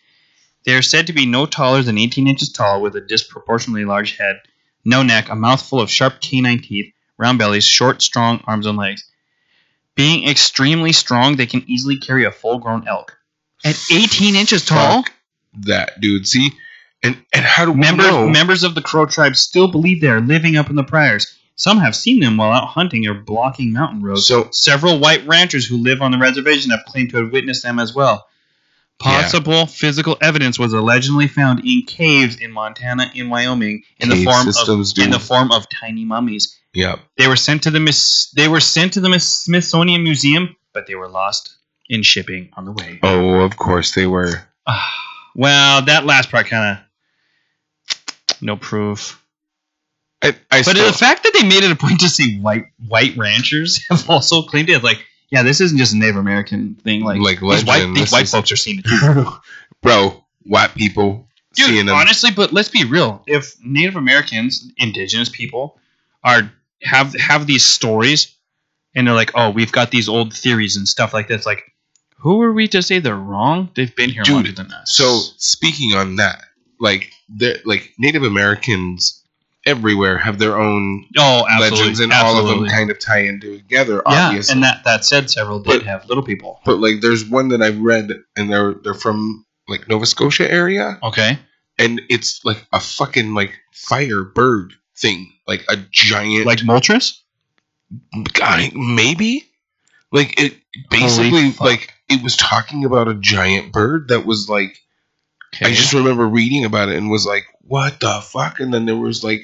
They are said to be no taller than 18 inches tall, with a disproportionately large head, no neck, a mouthful of sharp canine teeth, round bellies, short, strong arms and legs. Being extremely strong, they can easily carry a full-grown elk. At 18 inches tall, Fuck that dude. See, and and how do we members know? members of the Crow tribe still believe they are living up in the priors. Some have seen them while out hunting or blocking mountain roads. so Several white ranchers who live on the reservation have claimed to have witnessed them as well. Yeah. Possible physical evidence was allegedly found in caves in Montana and Wyoming in the Cave form systems, of in dude. the form of tiny mummies. yeah, They were sent to the Miss, they were sent to the Miss Smithsonian Museum, but they were lost. in shipping on the way. Oh, of course they were. Well, that last part kind of no proof. I, But I still, the fact that they made it a point to say white white ranchers have also claimed it, like, yeah, this isn't just a Native American thing. Like, Like these white, legend, these this white is- folks are seeing it. bro, white people seeing Dude, them. honestly, but let's be real. If Native Americans, indigenous people, are have have these stories, and they're like, "Oh, we've got these old theories and stuff like this," like, who are we to say they're wrong? They've been here Dude, longer than us. So speaking on that, like the like Native Americans everywhere have their own oh, absolutely, legends, and all of them kind of tie in together. yeah, obviously. and that that said, several did But- have little people. but like, there's one that I've read, and they're they're from like Nova Scotia area, Okay, and it's like a fucking like firebird thing, like a giant like Moltres. guy, maybe. Like it Holy basically, fuck. like it was talking about a giant bird that was like Okay. I just remember reading about it and was like, what the fuck? And then there was like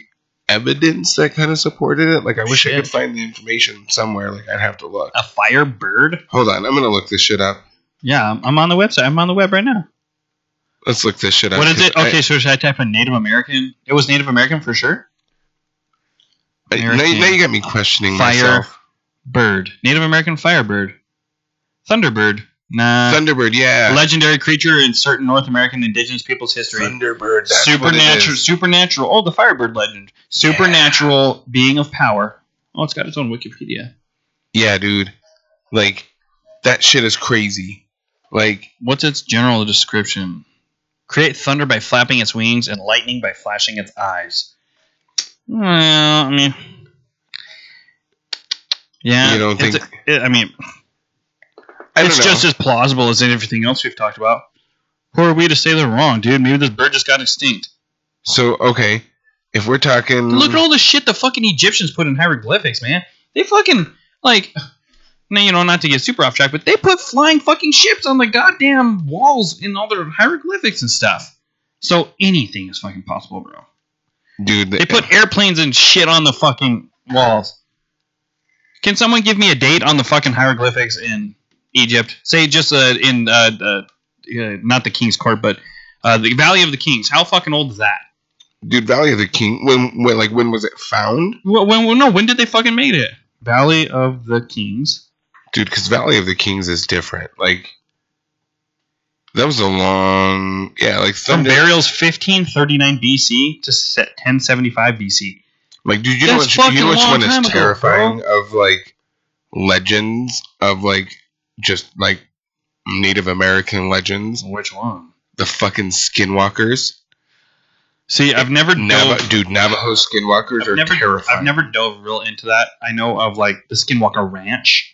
evidence that kind of supported it. Like, I wish I Shit. could find the information somewhere. Like, I'd have to look. a firebird. Hold on. I'm going to look this shit up. Yeah, I'm- I'm on the website. I'm on the web right now. Let's look this shit up. What is it? 'cause I- Okay, so should I type in Native American? It was Native American for sure. I- now, American now you got me questioning Fire. myself. Bird. Native American firebird. Thunderbird. Nah. Thunderbird, yeah. Legendary creature in certain North American indigenous people's history. Thunderbird. that's what it supernatural. is. Supernatural. Oh, the firebird legend. Supernatural being of power. Oh, it's got its own Wikipedia. Yeah, dude. Like, that shit is crazy. Like, What's its general description? Create thunder by flapping its wings and lightning by flashing its eyes. Well, I mean, yeah. You don't it's think- a- it- I mean, I it's don't know. just as plausible as everything else we've talked about. Who are we to say they're wrong, dude? Maybe this bird just got extinct. so, okay. If we're talking. Look at all the shit the fucking Egyptians put in hieroglyphics, man. They fucking like, now you know, not to get super off track, but they put flying fucking ships on the goddamn walls in all their hieroglyphics and stuff. So anything is fucking possible, bro. Dude, They put airplanes and shit on the fucking walls. Can someone give me a date on the fucking hieroglyphics in Egypt? Say just uh, in uh, the, uh, not the King's Court, but uh, the Valley of the Kings. How fucking old is that? dude, Valley of the King. When, when, like, when was it found? Well, when, well, no, when did they fucking made it? Valley of the Kings. dude because valley of the kings is different like that was a long yeah like From thunder burials 1539 BC to se- 1075 BC. like dude you know That's which, you fucking know which long one is time ago, terrifying of like legends of like just like native american legends Which one? the fucking skinwalkers See, I've never Nava- dove, dude navajo skinwalkers I've are never, terrifying I've never dove real into that. I know of like the Skinwalker Ranch.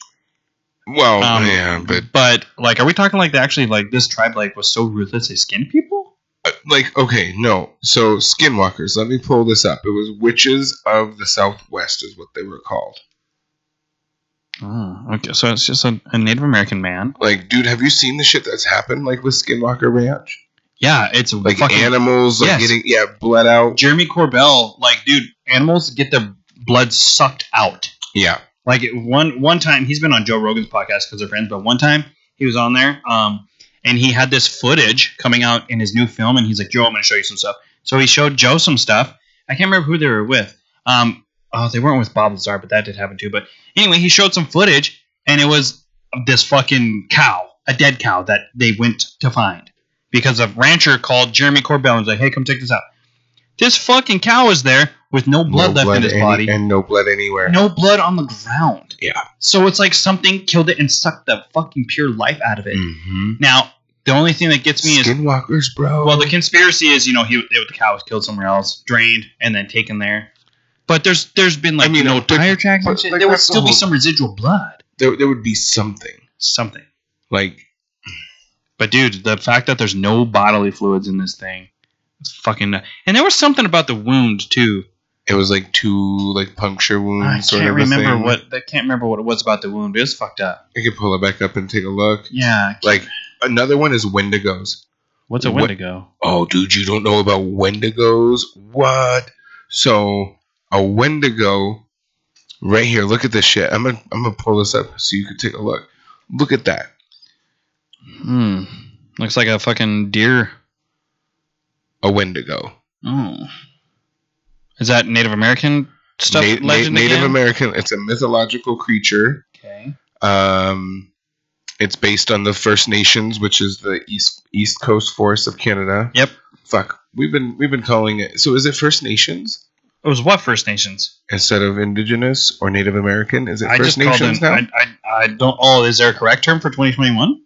well Um, yeah but But like, are we talking like they actually like this tribe like was so ruthless they skinned people? uh, like okay no so skinwalkers let me pull this up it was witches of the southwest is what they were called Oh, okay, so it's just a, a Native American man. Like, dude, have you seen the shit that's happened like with Skinwalker Ranch? Yeah, it's Like fucking animals like Yes. getting yeah bled out. Jeremy Corbell. Like, dude, animals get their blood sucked out. Yeah, Like it- one one time, he's been on Joe Rogan's podcast because they're friends. But one time, he was on there, um, and he had this footage coming out in his new film, and he's like, "Joe, I'm going to show you some stuff." So he showed Joe some stuff. I can't remember who they were with. Um, oh, they weren't with Bob Lazar, but that did happen too. But anyway, he showed some footage, and it was of this fucking cow, a dead cow that they went to find because a rancher called Jeremy Corbell and was like, "Hey, come check this out." This fucking cow is there with no blood left in his any- body and no blood anywhere. no blood on the ground. Yeah. So it's like something killed it and sucked the fucking pure life out of it. hmm Now, the only thing that gets me is Skinwalkers, bro. well, the conspiracy is you know he the cow was killed somewhere else, drained, and then taken there. But there's there's been like I you mean, know but- tire tracks and but, shit. like, there would that's the still be whole- some residual blood, there, there would be something something. like But dude, the fact that there's no bodily fluids in this thing, it's fucking. And there was something about the wound too. it was like two like puncture wounds. I Mm, sort can't of a remember thing. what I can't remember what it was about the wound. It was fucked up. I could pull it back up and take a look. Yeah. Like another one is Wendigos. what's a what- Wendigo? Oh, dude, you don't know about Wendigos? What? So a Wendigo, right here. Look at this shit. I'm gonna I'm gonna pull this up so you can take a look. Look at that. Hmm. Looks like a fucking deer. A Wendigo. Oh. Is that Native American stuff? Na- na- legend Native again? American. It's a mythological creature. Okay. Um, it's based on the First Nations, which is the east East Coast Forest of Canada. Yep. Fuck, we've been we've been calling it. So is it First Nations It was what First Nations? instead of Indigenous or Native American? Is it I just First called Nations them. now? I, I, I don't. Oh, is there a correct term for 2021?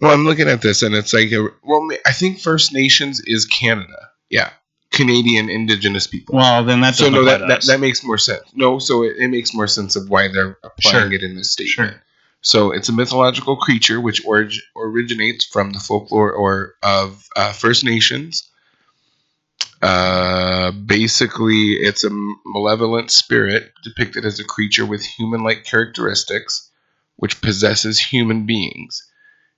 well, I'm looking at this and it's like, a, well, ma- I think First Nations is Canada. Yeah, Canadian Indigenous people. Well, then that's so no, that, that that makes more sense. No, so it, it makes more sense of why they're applying Sure. it in this statement. sure. So it's a mythological creature which orig- originates from the folklore or of uh, First Nations. Uh, basically, it's a malevolent spirit depicted as a creature with human-like characteristics, which possesses human beings.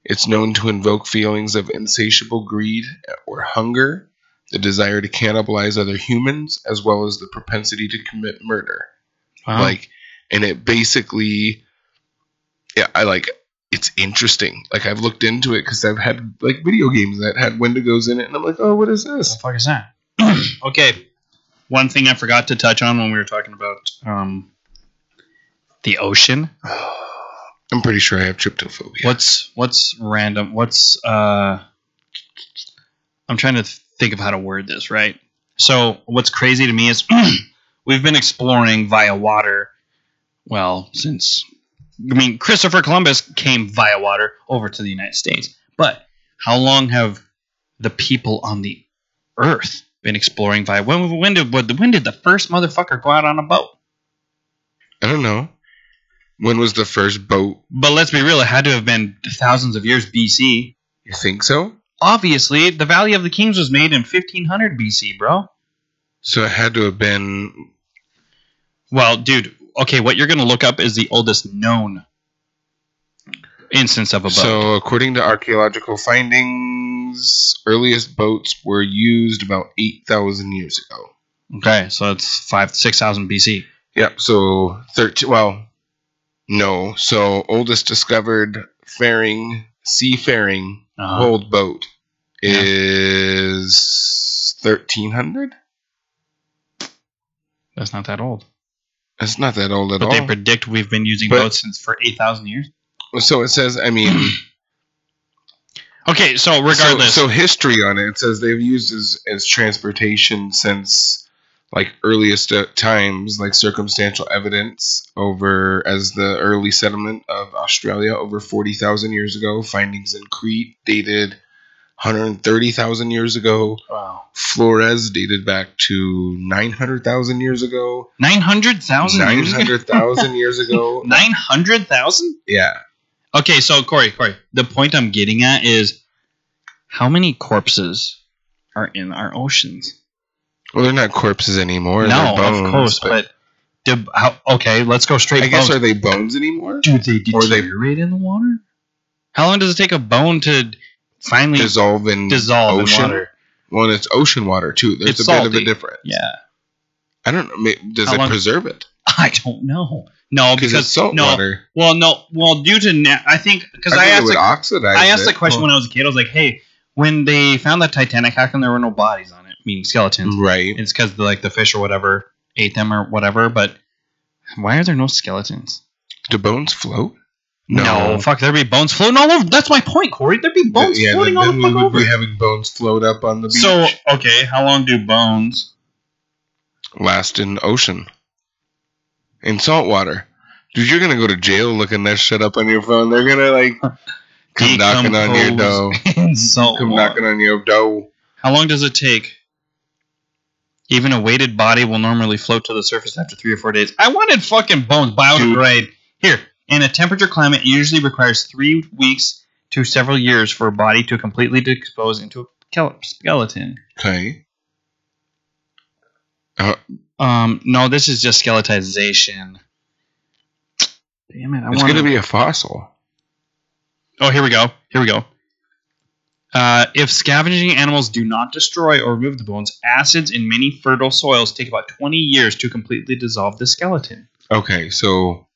It's known to invoke feelings of insatiable greed or hunger, the desire to cannibalize other humans, as well as the propensity to commit murder Wow. like and it basically yeah i like it's interesting like i've looked into it because i've had like video games that had wendigos in it and i'm like oh what is What this the fuck is that? okay. One thing I forgot to touch on when we were talking about um, the ocean. i'm pretty sure i have tryptophobia What's what's random? What's uh? I'm trying to think of how to word this right. So what's crazy to me is we've been exploring via water. Well, since I mean Christopher Columbus came via water over to the United States, but how long have the people on the Earth been exploring via? When, when did when, when did the first motherfucker go out on a boat? i don't know when was the first boat But let's be real, it had to have been thousands of years BC. you think so obviously the valley of the kings was made in 1500 bc bro so it had to have been well dude okay what you're gonna look up is the oldest known instance of a boat so according to archaeological findings earliest boats were used about 8000 years ago okay so it's 5 6000 bc Yep. So thirteen. Well, no. So oldest discovered faring seafaring uh, old boat is thirteen hundred. that's not that old That's not that old at but they all. predict we've been using But- boats since for 8000 years so it says. I mean, okay so so- regardless So, history on it, it says they've used as as transportation since like earliest uh, times, like circumstantial evidence over as the early settlement of Australia over forty thousand years ago. Findings in Crete dated. 130,000 years ago. wow Flores dated back to 900,000 years ago. 900000 years ago? 900,000 years ago. 900000 Yeah. Okay, so Corey, Corey, the point I'm getting at is how many corpses are in our oceans? Well, they're not corpses anymore. no, they're bones, of course, but, did, how, okay, let's go straight. I guess bones. are they bones anymore? do they or they- deteriorate in the water? How long does it take a bone to finally dissolve, dissolve in in ocean. water? Well, and it's ocean water too. It's There's a bit of salty. a difference. Yeah, I don't know. may- Does How it long- preserve it? I don't know. No, Because because it's salt no, water. well, no, well, due to na- I think because I, think it asked would a- oxidize. I asked it. the question when I was a kid. I was like, hey, when they found the Titanic, how come there were no bodies on it, meaning skeletons? right. it's because like the fish or whatever ate them or whatever. But why are there no skeletons? Do bones float? fuck, there'd be bones floating all over. That's my point, Corey. There'd be bones yeah, floating then, all then the we fuck would over. be having bones float up on the beach. So okay, how long do bones? last in ocean, in salt water. Dude, you're gonna go to jail looking that shit up on your phone. They're gonna like come knocking on your door. decompose in salt Come water? knocking on your door. How long does it take? Even a weighted body will normally float to the surface after three or four days. I wanted fucking bones biodegrade. Here, in a temperature climate, it usually requires three weeks to several years for a body to completely decompose into a kel- skeleton. Okay. Um, no, this is just skeletonization. Damn it! I it's wanna- gonna be a fossil. Oh, here we go. Here we go. Uh, if scavenging animals do not destroy or remove the bones, acids in many fertile soils take about 20 years to completely dissolve the skeleton. Okay, so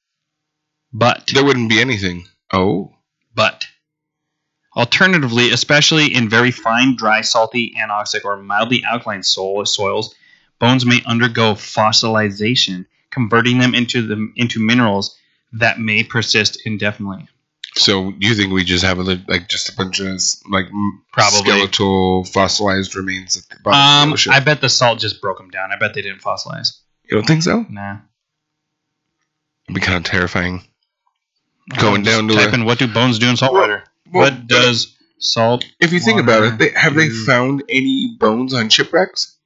But, there wouldn't be anything. Oh. but, Alternatively, especially in very fine, dry, salty, anoxic, or mildly alkaline soil- soils, bones may undergo fossilization, converting them into the, into minerals that may persist indefinitely. So you think we just have a, li- like just a bunch of s- like m- Probably. skeletal fossilized remains at the bottom? Um, of the ocean? I bet the salt just broke them down. I bet they didn't fossilize. you don't think so? Nah. It'd be kind of terrifying. Going down to Type the- in what do bones do in salt water? what does salt? If you think about it, water they, have they do? found any bones on shipwrecks?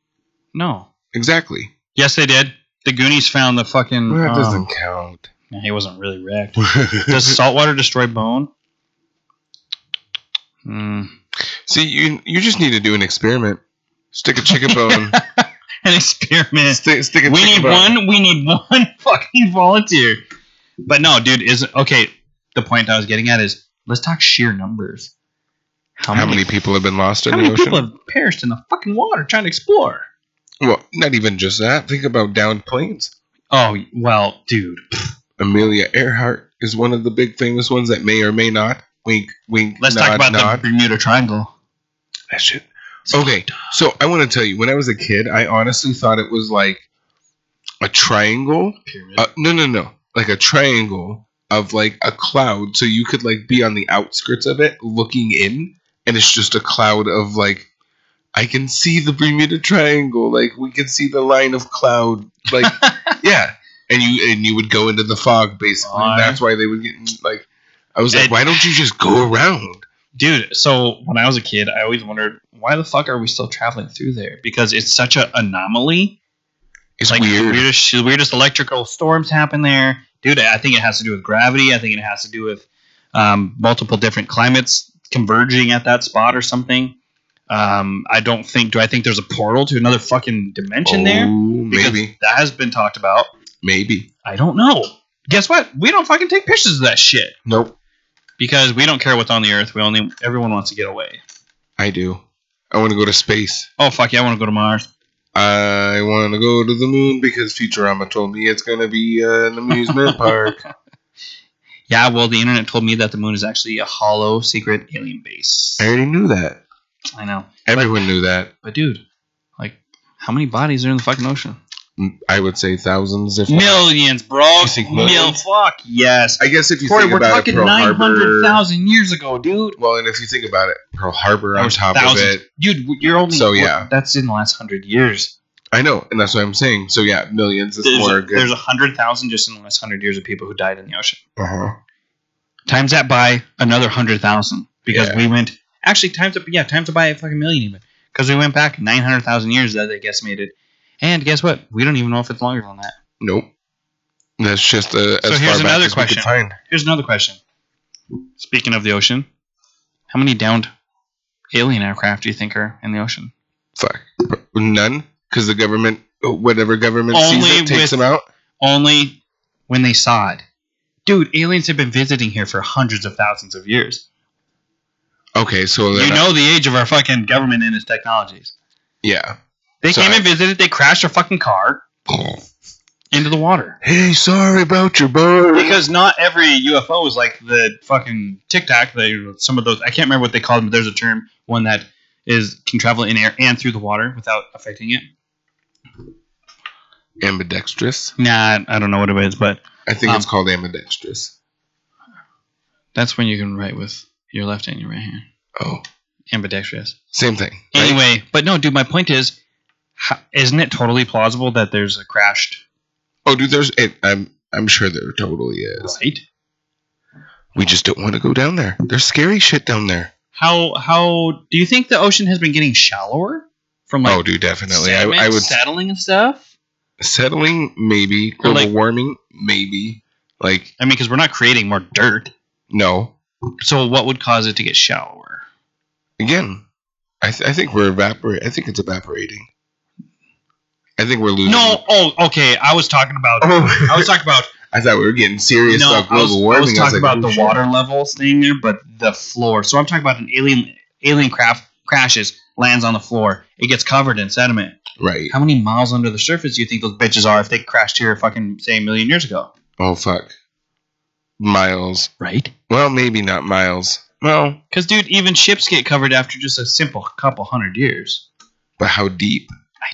No. Exactly. Yes, they did. The Goonies found the fucking. Well, that um, doesn't count. nah, he wasn't really wrecked. Does salt water destroy bone? Hmm. See, you you just need to do an experiment. Stick a chicken bone. An experiment. stick, stick a We need chicken bone. one. We need one fucking volunteer. But no, dude, is okay. The point I was getting at is let's talk sheer numbers. How, many people have been lost in How the many ocean? people have perished in the fucking water trying to explore? Well, not even just that. Think about downed planes. Oh well, dude. Amelia Earhart is one of the big famous ones that may or may not. Wink, wink. Let's nod, talk about nod. the Bermuda Triangle. that shit. Okay, so I want to tell you, when I was a kid, I honestly thought it was like a triangle. Pyramid. Uh, no, no, no. Like a triangle of like a cloud, so you could like be on the outskirts of it, looking in, and it's just a cloud of like. I can see the Bermuda Triangle, like we can see the line of cloud, like yeah. And you and you would go into the fog basically. Why? And that's why they would get like. I was like, And- why don't you just go around? dude so when i was a kid i always wondered why the fuck are we still traveling through there because it's such an anomaly It's like the weird. weirdest, the weirdest electrical storms happen there dude i think it has to do with gravity i think it has to do with um, multiple different climates converging at that spot or something um, i don't think do i think there's a portal to another fucking dimension Oh, there Because maybe, that has been talked about maybe. i don't know guess what we don't fucking take pictures of that shit Nope, because we don't care what's on the earth we only everyone wants to get away I do. I want to go to space. oh fuck yeah i want to go to mars I want to go to the moon because Futurama told me it's gonna be uh, an amusement park. Yeah, well, the internet told me that the moon is actually a hollow secret alien base. I already knew that. I know, Everyone knew that. but dude, like, how many bodies are in the fucking ocean? Mm, I would say thousands, if not- Millions, bro. You think Mil- millions? fuck yes. I guess if you Corey, think we're about talking it, Pearl nine hundred Harbor. thousand years ago, dude. Well, and if you think about it, Pearl Harbor That on was top thousands. of it. dude. You're only So, yeah. That's in the last hundred years. I know, and that's what I'm saying. So yeah, millions is There's more a, good. there's a hundred thousand just in the last hundred years of people who died in the ocean. uh-huh. Times that by another hundred thousand because Yeah. we went actually times up yeah times it by a fucking million even because we went back nine hundred thousand years that they guesstimated, and guess what? We don't even know if it's longer than that. Nope. That's just uh, as So here's far back another as we question. could find. Here's another question. Speaking of the ocean, how many downed alien aircraft do you think are in the ocean? Fuck. None, because the government, uh, whatever government Only sees it, takes with- them out. Only when they saw it. Dude, aliens have been visiting here for hundreds of thousands of years. Okay, so they're You not- know the age of our fucking government and its technologies. yeah. They So came I- and visited, they crashed a fucking car into the water. Hey, sorry about your bird. because not every UFO is like the fucking Tic Tac. They some of those I can't remember what they call them. But there's a term one that is can travel in air and through the water without affecting it. ambidextrous. Nah, I don't know what it is, but I think it's Um, called ambidextrous. that's when you can write with your left and your right hand. Oh, Ambidextrous. same thing. right? Anyway, but no, dude. My point is, ho- isn't it totally plausible that there's a crashed Oh, dude, there's. It, I'm. I'm sure there totally is. flight? We just don't want to go down there. There's scary shit down there. How how do you think the ocean has been getting shallower from like oh, dude, definitely. I, sediment I would settling and stuff? settling maybe Or global like- warming maybe. Like I mean, because we're not creating more dirt. no. So what would cause it to get shallower? Again, I, th- I think we're evaporate. I think it's evaporating. I think we're losing. No, oh, okay. I was talking about. Mm. Oh, I was talking about. I thought we were getting No, serious about I was, global I warming. was talking like, about oh, the shit. water levels thing there, but the floor. So I'm talking about an alien alien craft crashes, lands on the floor. It gets covered in sediment. Right. How many miles under the surface do you think those bitches are if they crashed here, fucking say a million years ago? Oh fuck. Miles. Right. Well, maybe not miles. Well, Because, dude, even ships get covered after just a simple couple hundred years. but how deep? I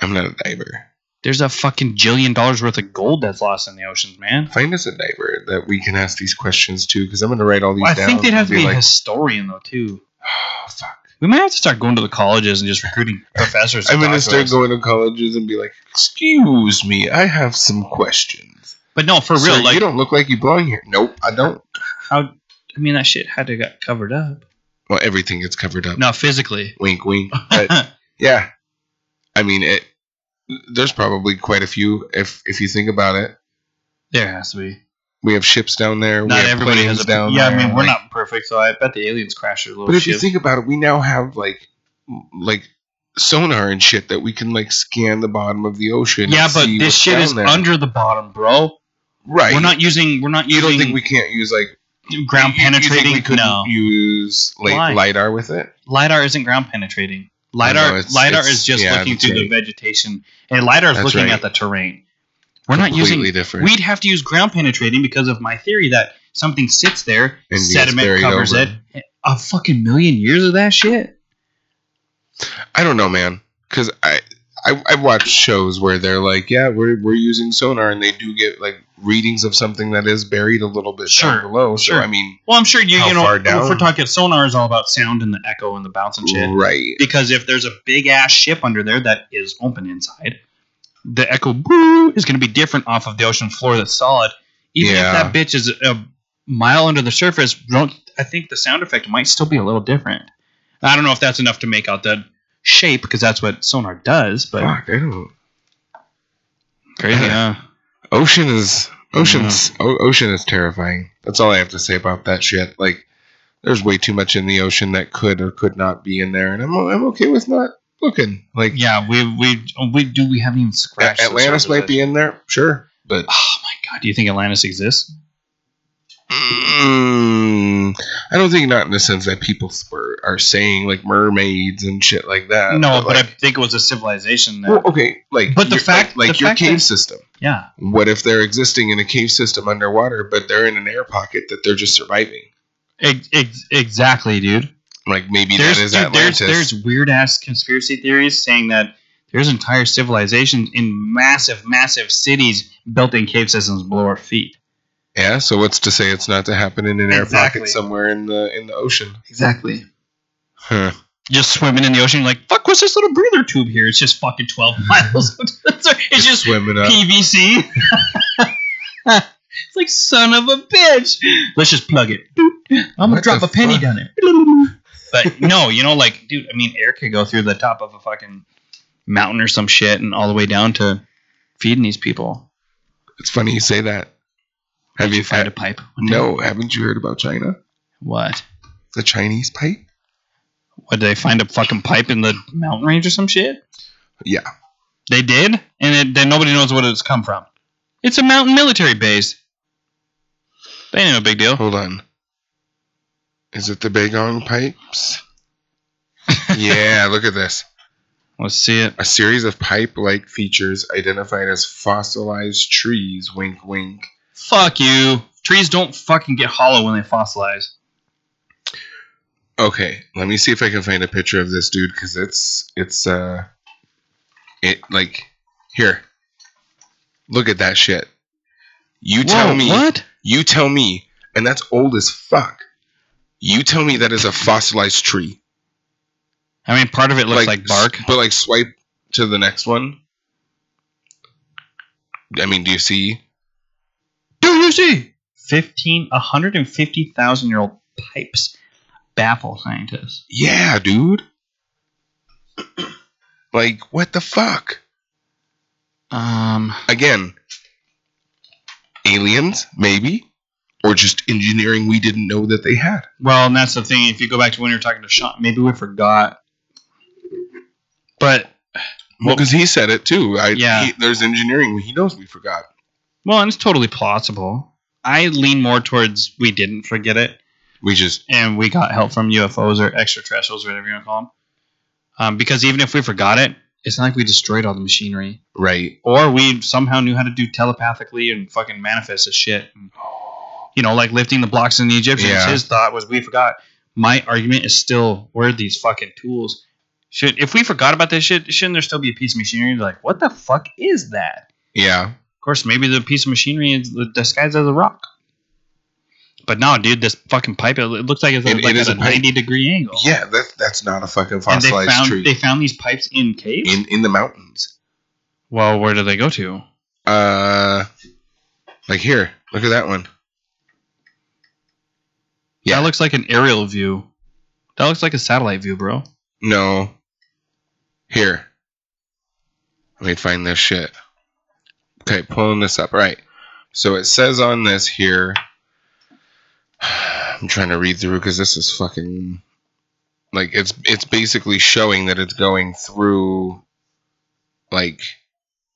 don't know. I'm not a diver. There's a fucking jillion dollars worth of gold that's lost in the oceans, man. Find us a diver that we can ask these questions to, because I'm going to write all these I down. think they'd and have to be a like, historian, though, too. oh, fuck. We might have to start going to the colleges and just recruiting professors. to I'm talk going to to start us. going to colleges and be like, "Excuse me, I have some questions." But no, for real, Sir, like, you don't look like you belong here. Nope, I don't. how. I mean, that shit had to got covered up. Well, everything gets covered up. No, physically. Wink, wink. But yeah, I mean, it. There's probably quite a few if if you think about it. there has to be. We have ships down there. we Not have everybody has planes a. down yeah, there, I mean, we're like- not perfect, so I bet the aliens crash their little But if ship. you think about it, we now have like m- like sonar and shit that we can like scan the bottom of the ocean. yeah, and but see this what's shit down is there. under the bottom, bro. right. We're not using. We're not You using don't think we can't use like ground You- you think penetrating. we couldn't no, use like Why? lidar with it. lidar isn't ground penetrating. I Lidar, know, it's- lidar it's- is just yeah, looking that's through the right. vegetation, and lidar is That's looking right. at the terrain. We're not Completely using. different. We'd have to use ground penetrating because of my theory that something sits there, And gets sediment buried covers over. it. A fucking million years of that shit. I don't know, man, because I. I, I watch shows where they're like, yeah, we're, we're using sonar, and they do get like readings of something that is buried a little bit Sure, down below. sure. So I mean, Well, I'm sure you. How you know, far if we're down? talking sonar, is all about sound and the echo and the bounce and shit. right? because if there's a big ass ship under there that is open inside, the echo boo is going to be different off of the ocean floor that's solid. Even Yeah. if that bitch is a mile under the surface, don't I think the sound effect might still be a little different. I don't know if that's enough to make out the shape because that's what sonar does, but Fuck, I don't. crazy. Yeah. huh? Ocean is oceans. O- ocean is terrifying. That's all I have to say about that shit. Like, there's way too much in the ocean that could or could not be in there, and I'm I'm okay with not looking. Like, Yeah, we we we do we haven't even scratched A- the Atlantis surface might of be it. in there, sure, but Oh my god, do you think Atlantis exists? Mm, I don't think not in the sense that people were, are saying like mermaids and shit like that. no, but Uh, like, I think it was a civilization. That, well, okay, like But the your- fact- like, the your fact cave that- system. yeah, What if they're existing in a cave system underwater, but they're in an air pocket that they're just surviving? ex- ex- exactly, dude. Like maybe there's, that is dude, Atlantis. There's, there's weird ass conspiracy theories saying that there's entire civilizations in massive, massive cities built in cave systems below our feet. yeah, so what's to say it's not to happen in an air Exactly. pocket somewhere in the in the ocean? Exactly. Huh. Just swimming in the ocean, you're like, fuck, what's this little breather tube here? It's just fucking 12 miles. it's Just just swimming up. PVC. it's like, son of a bitch. Let's just plug it. I'm going to What drop the a penny fuck? down there. but no, you know, like, dude, I mean, air could go through the top of a fucking mountain or some shit and all the way down to feeding these people. It's funny you say that. Have you Find a had, pipe. one day. no? Haven't you heard about China? What? The Chinese pipe? What, did they find a fucking pipe in the mountain range or some shit? Yeah. They did, and it, then nobody knows what it's come from. It's a mountain military base. They ain't no big deal. Hold on. Is it the Bagong pipes? yeah, look at this. Let's see it. A series of pipe like features identified as fossilized trees, wink wink, Fuck you. Trees don't fucking get hollow when they fossilize. Okay, let me see if I can find a picture of this dude because it's it's uh, it like here. Look at that shit. You tell Whoa, me. What? You tell me, and that's old as fuck. You tell me that is a fossilized tree. I mean, part of it looks like, bark. s- but like swipe to the next one. I mean, do you see? Do you see? 15, 150,000 year old pipes baffle scientists. Yeah, dude. like what the fuck? Um, again, aliens, maybe, or just engineering we didn't know that they had. well, and that's the thing. If you go back to when you were talking to Sean, maybe we forgot. But, Well, because he said it too. I, Yeah. he- there's engineering. He knows we forgot. well, and it's totally plausible. I lean more towards we didn't forget it. We just and we got help from UFOs or extraterrestrials, whatever you want to call them. Um, because even if we forgot it, it's not like we destroyed all the machinery, right. or we somehow knew how to do telepathically and fucking manifest this shit. And you know, like lifting the blocks in the Egyptians. Yeah. His thought was, we forgot. My argument is still, where are these fucking tools? Should if we forgot about this shit, shouldn't there still be a piece of machinery? Like, what the fuck is that? Yeah. Of course, maybe the piece of machinery is disguised as a rock. But no, dude, this fucking pipe, it looks like it's It- like it is at a a pipe. 90 degree angle. Yeah, that, that's not a fucking And they fossilized found, tree. they found these pipes in caves? in in the mountains. well, where do they go to? Uh like here, look at that one. Yeah. That looks like an aerial view. That looks like a satellite view, bro. No. Here. Let me find this shit. Okay, pulling this up. Right. So it says on this here. I'm trying to read through because this is fucking like it's it's basically showing that it's going through like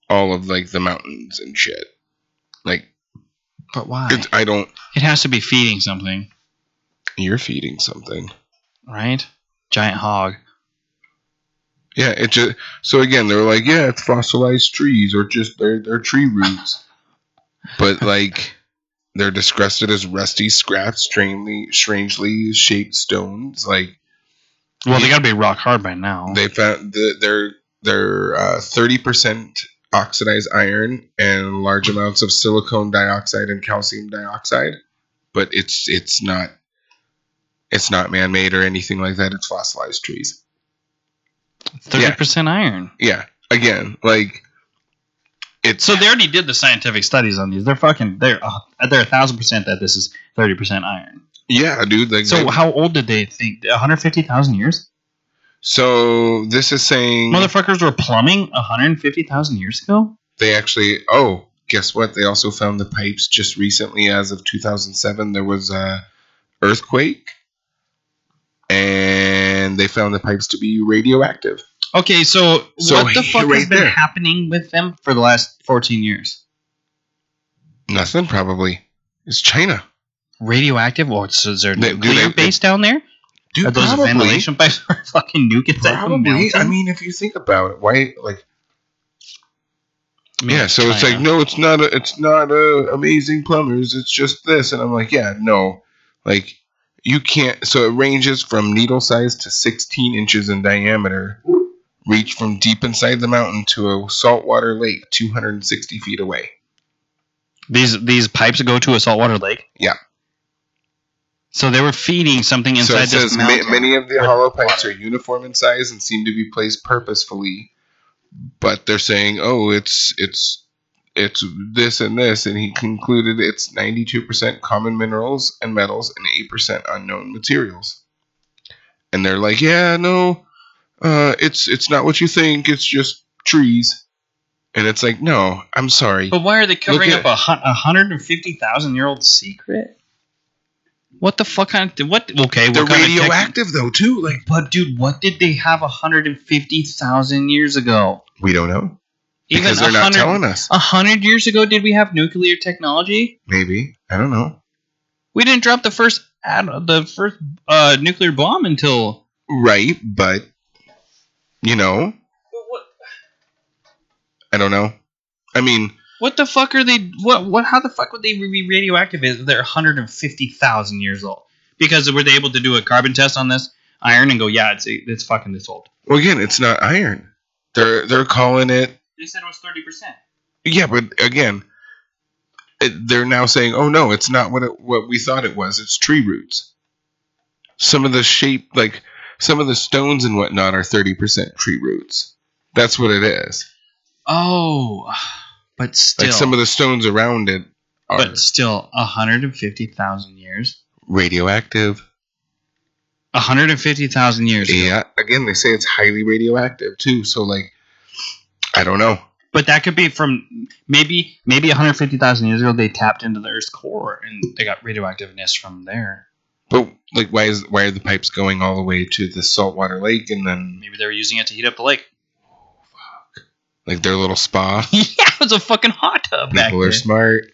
all of like the mountains and shit. Like But why? it's, I don't. It has to be feeding something, You're feeding something. right? Giant hog. Yeah, it just so again they were like, yeah, it's fossilized trees or just they're they're tree roots, but like they're disgusted as rusty scraps, strangely strangely shaped stones. Like Well, they gotta be rock hard by now. they found the, they're they're uh, thirty percent oxidized iron and large amounts of silicon dioxide and calcium dioxide, but it's it's not it's not man made or anything like that. It's fossilized trees. Thirty percent iron. yeah again like it's So they already did the scientific studies on these. They're fucking. They're uh, they're a thousand percent that this is thirty percent iron. yeah dude like So so, how old did they think? One hundred fifty thousand years. so this is saying Motherfuckers were plumbing one hundred fifty thousand years ago. they actually oh guess what they also found the pipes just recently as of 2007 there was a earthquake and they found the pipes to be radioactive Okay, so, So what the he- fuck right has been there. happening with them for the last fourteen years? nothing probably it's china Radioactive? Or so is there a They- do nuclear they- base down there? dude Are those ventilation pipes for fucking nuking that probably mountain? i mean if you think about it why like I mean, Yeah, so it's China. like no, it's not a, it's not a amazing plumbers. It's just this, and I'm like, yeah, no, like you can't. So it ranges from needle size to 16 inches in diameter, reach from deep inside the mountain to a saltwater lake 260 feet away. These these pipes go to a saltwater lake. Yeah. So they were feeding something so inside it this says ma- mountain. many of the with hollow pipes water. are uniform in size and seem to be placed purposefully, but they're saying, oh, it's it's it's this and this, and he concluded it's 92% common minerals and metals and 8% unknown materials. And they're like, yeah, no, uh, it's it's not what you think. It's just trees, and it's like, no, I'm sorry. but why are they covering Look up at- a hun- a hundred and fifty thousand year old secret? What the fuck kind of what? Okay, what they're kind of tech- radioactive though too. Like but dude, what did they have a hundred and fifty thousand years ago? we don't know Even because they're not 100 telling us. A hundred years ago, did we have nuclear technology? Maybe I don't know. We didn't drop the first ad- the first uh, nuclear bomb until Right, but you know, what? I don't know. I mean, What the fuck are they? What? What? How the fuck would they be radioactive if they're 150,000 years old? Because were they able to do a carbon test on this iron and go, yeah, it's it's fucking this old? well, again, it's not iron. They're they're calling it. They said it was 30 percent. Yeah, but again, it, they're now saying, "Oh no, it's not what it, what we thought it was. It's tree roots." Some of the shape, like some of the stones and whatnot, are thirty percent tree roots. That's what it is. Oh, but still, Like some of the stones around it are but still, 150,000 years. radioactive. 150,000 years. ago. Yeah, again, they say it's highly radioactive too. So like, I don't know. But that could be from maybe maybe 150,000 years ago they tapped into the Earth's core and they got radioactiveness from there. But like, why is why are the pipes going all the way to the saltwater lake and then Maybe they were using it to heat up the lake. like their little spa? yeah, it was a fucking hot tub back People are there. smart.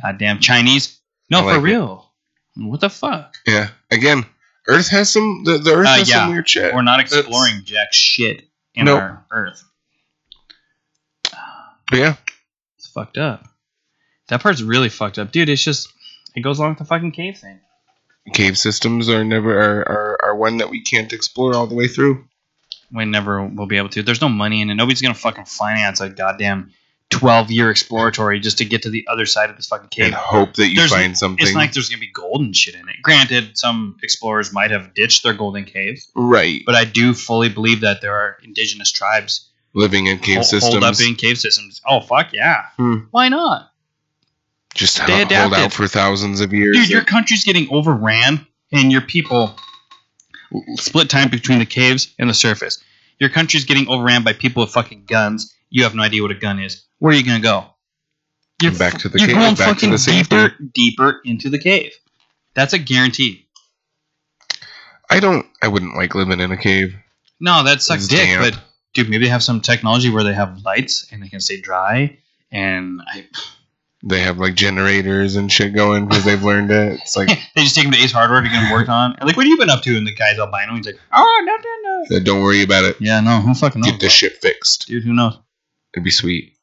Goddamn Chinese. No, I like for it. real. What the fuck? Yeah. Again, Earth has some the, the Earth Uh, has yeah. some weird shit. We're not exploring jack shit in Nope. our Earth. yeah. It's fucked up. That part's really fucked up, dude. It's just It goes along with the fucking cave thing. Cave systems are never are, are, are one that we can't explore all the way through. We never will be able to. There's no money in it. Nobody's gonna fucking finance a goddamn twelve year exploratory just to get to the other side of this fucking cave. And hope that you There's- find something. It's like there's gonna be gold and shit in it. Granted, some explorers might have ditched their golden caves, right. but I do fully believe that there are indigenous tribes Living in cave hol- systems. holed up in cave systems. Oh fuck yeah! Hmm. Why not, just They ho- hold adapted. out for thousands of years. dude? Your country's getting overran, and your people split time between the caves and the surface. Your country's getting overran by people with fucking guns. You have no idea what a gun is. Where are you gonna go? You're Back to the you're cave- going back to fucking the same deeper, deeper into the cave. That's a guarantee. I don't. I wouldn't like living in a cave. No, that sucks It's dick. damp. But dude, maybe they have some technology where they have lights and they can stay dry. And I, They have like generators and shit going because they've learned it. It's like they just take him to Ace Hardware to get him worked on. And like, what have you been up to? And the guy's albino. He's like, oh no no no. uh, don't worry about it. Yeah, no, who fucking knows? Get this shit fixed. dude, who knows? It'd be sweet.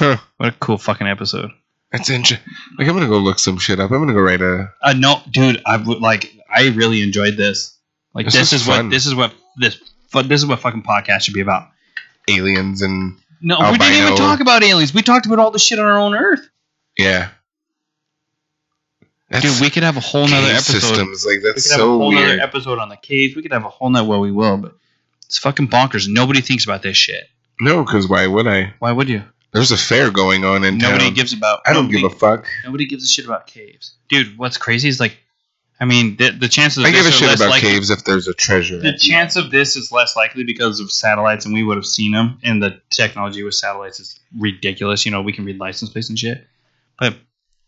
Yeah. Huh. What a cool fucking episode. That's interesting. Like I'm gonna go look some shit up. I'm gonna go write a. Uh, no, dude, I would like. I really enjoyed this. Like, This this, was is fun. what this is what this fu- this is what fucking podcast should be about. aliens and No, we didn't even Albino. talk about aliens. We talked about all the shit on our own Earth. yeah. That's Dude, we could have a whole cave nother episode. systems like We that's could have a so whole weird. nother episode on the caves. We could have a whole nother well we will, but it's fucking bonkers. Nobody thinks about this shit. no, because why would I? Why would you? There's a fair going on in Nobody town. gives about. I don't nobody, give a fuck. Nobody gives a shit about caves, dude. What's crazy is like, I mean, the, the chances of I give this a are shit less about likely- caves if there's a treasure. The chance of this is less likely because of satellites, and we would have seen them. And the technology with satellites is ridiculous. You know, we can read license plates and shit. But,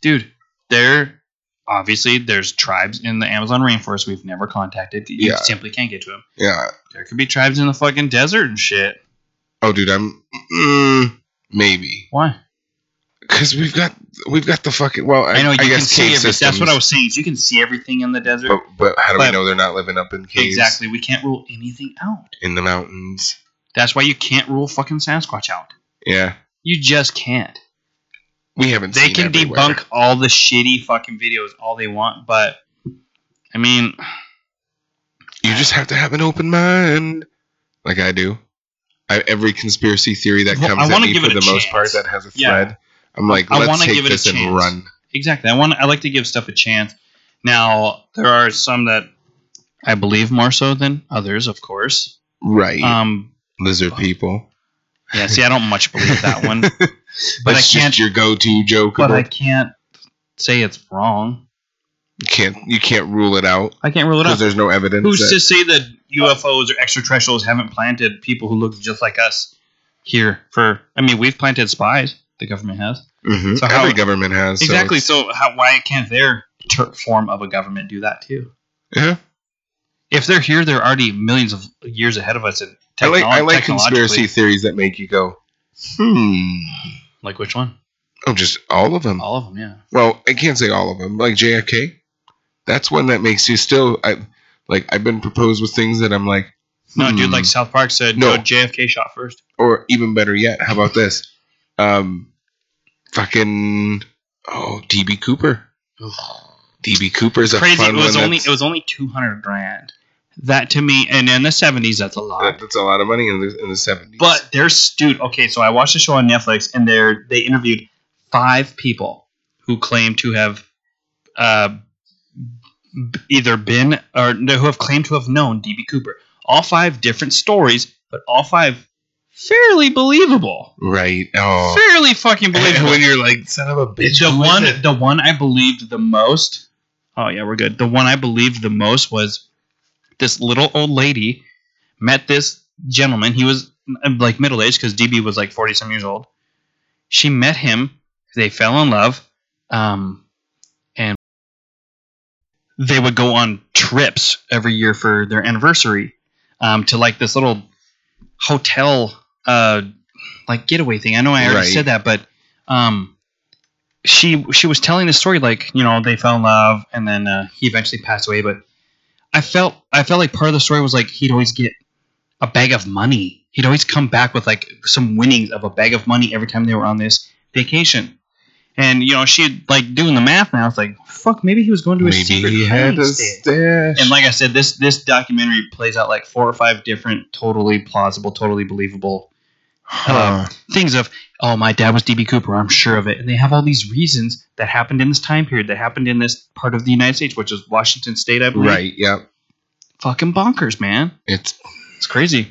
dude, there obviously there's tribes in the Amazon rainforest we've never contacted. You Yeah. simply can't get to them. Yeah. There could be tribes in the fucking desert and shit. Oh, dude, I'm mm, maybe Why? because we've got we've got the fucking. Well, I, I, know you I can guess see. cave Every, systems. that's what I was saying. Is you can see everything in the desert. But, but how do we But- know they're not living up in caves? exactly. We can't rule anything out. In the mountains. That's why you can't rule fucking Sasquatch out. Yeah. You just can't. We haven't. They seen can everywhere. debunk all the shitty fucking videos all they want, but I mean, You just have to have an open mind, like I do. I, every conspiracy theory that Well, comes I at wanna me give for it a the most part chance. that has a Yeah. thread, I'm like, I let's wanna take give it a this and chance. run. exactly. I want. I like to give stuff a chance. Now there are some that I believe more so than others, of course. Right, Um, lizard people. yeah. See, I don't much believe that one, but but I That's can't. just your go-to joke. But I About, can't say it's wrong. you can't you can't rule it out I can't rule it because out. there's no evidence. uh, Who's that- to say that UFOs or extraterrestrials haven't planted people who look just like us here? For I mean, we've planted spies. The government has. Mhm. so how- every government has so Exactly. it's- So, how, why can't their ter- form of a government do that too? yeah. If they're here, they're already millions of years ahead of us. In I like technol- I like technologically. conspiracy theories that make you go, hmm. Like which one? Oh, just all of them. All of them. Yeah. Well, I can't say all of them. Like JFK, that's one that makes you still. I like I've been proposed with things that I'm like, No, dude. hmm. Like South Park said, No. no, JFK shot first. or even better yet, how about this? Um, fucking oh, DB Cooper. DB Cooper's a Crazy. It fun was one only that's- it was only two hundred grand. That to me, and in the seventies, that's a that- lot. that's a lot of money in the in the seventies. But there's dude. Okay, so I watched a show on Netflix, and they are they interviewed five people who claim to have uh, b- either been or no, who have claimed to have known DB Cooper. All five different stories, but all five fairly believable. right, oh, Fairly fucking believable. when you're like son of a bitch, the who is one it? the one I believed the most. Oh yeah, we're good. The one I believed the most was this little old lady met this gentleman. He was uh, like middle aged because DB was like forty some years old. She met him. They fell in love, um, and they would go on trips every year for their anniversary um, to like this little hotel uh, like getaway thing. I know I already Right. said that, but um, she she was telling the story like you know they fell in love and then uh, he eventually passed away but i felt i felt like part of the story was like he'd always get a bag of money he'd always come back with like some winnings of a bag of money every time they were on this vacation And you know, she had, like doing the math, and I was like, "Fuck, maybe he was going to a Maybe secret he had hiding a state. stash. And like I said, this this documentary plays out like four or five different, totally plausible, totally believable uh, Huh. things of, "Oh, my dad was DB Cooper, I'm sure of it." And they have all these reasons that happened in this time period, that happened in this part of the United States, which is Washington State, I believe. right, yeah. Fucking bonkers, man. It's It's crazy.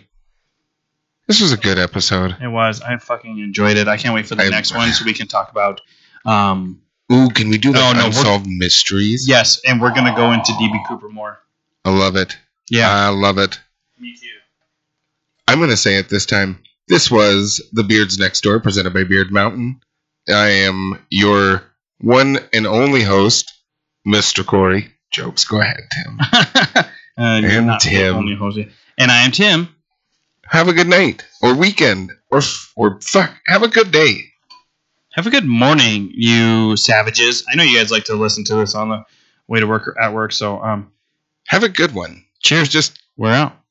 this was a good episode. It was. I fucking enjoyed it. I can't wait for the I- next one so we can talk about. Um, Ooh, can we do Oh, like no, we're- unsolved mysteries? yes, and we're gonna go into DB Cooper more. I love it. Yeah, I love it. me too. I'm going to say it this time. This was The Beards Next Door, presented by Beard Mountain. I am your one and only host, Mr. Corey. Jokes, go ahead, Tim. uh, you're am not Tim. Only Jose. And I am Tim. Have a good night, or weekend, or, f- or fuck, have a good day. Have a good morning, you savages. I know you guys like to listen to this on the way to work or at work, so um, Have a good one. cheers. Just We're out.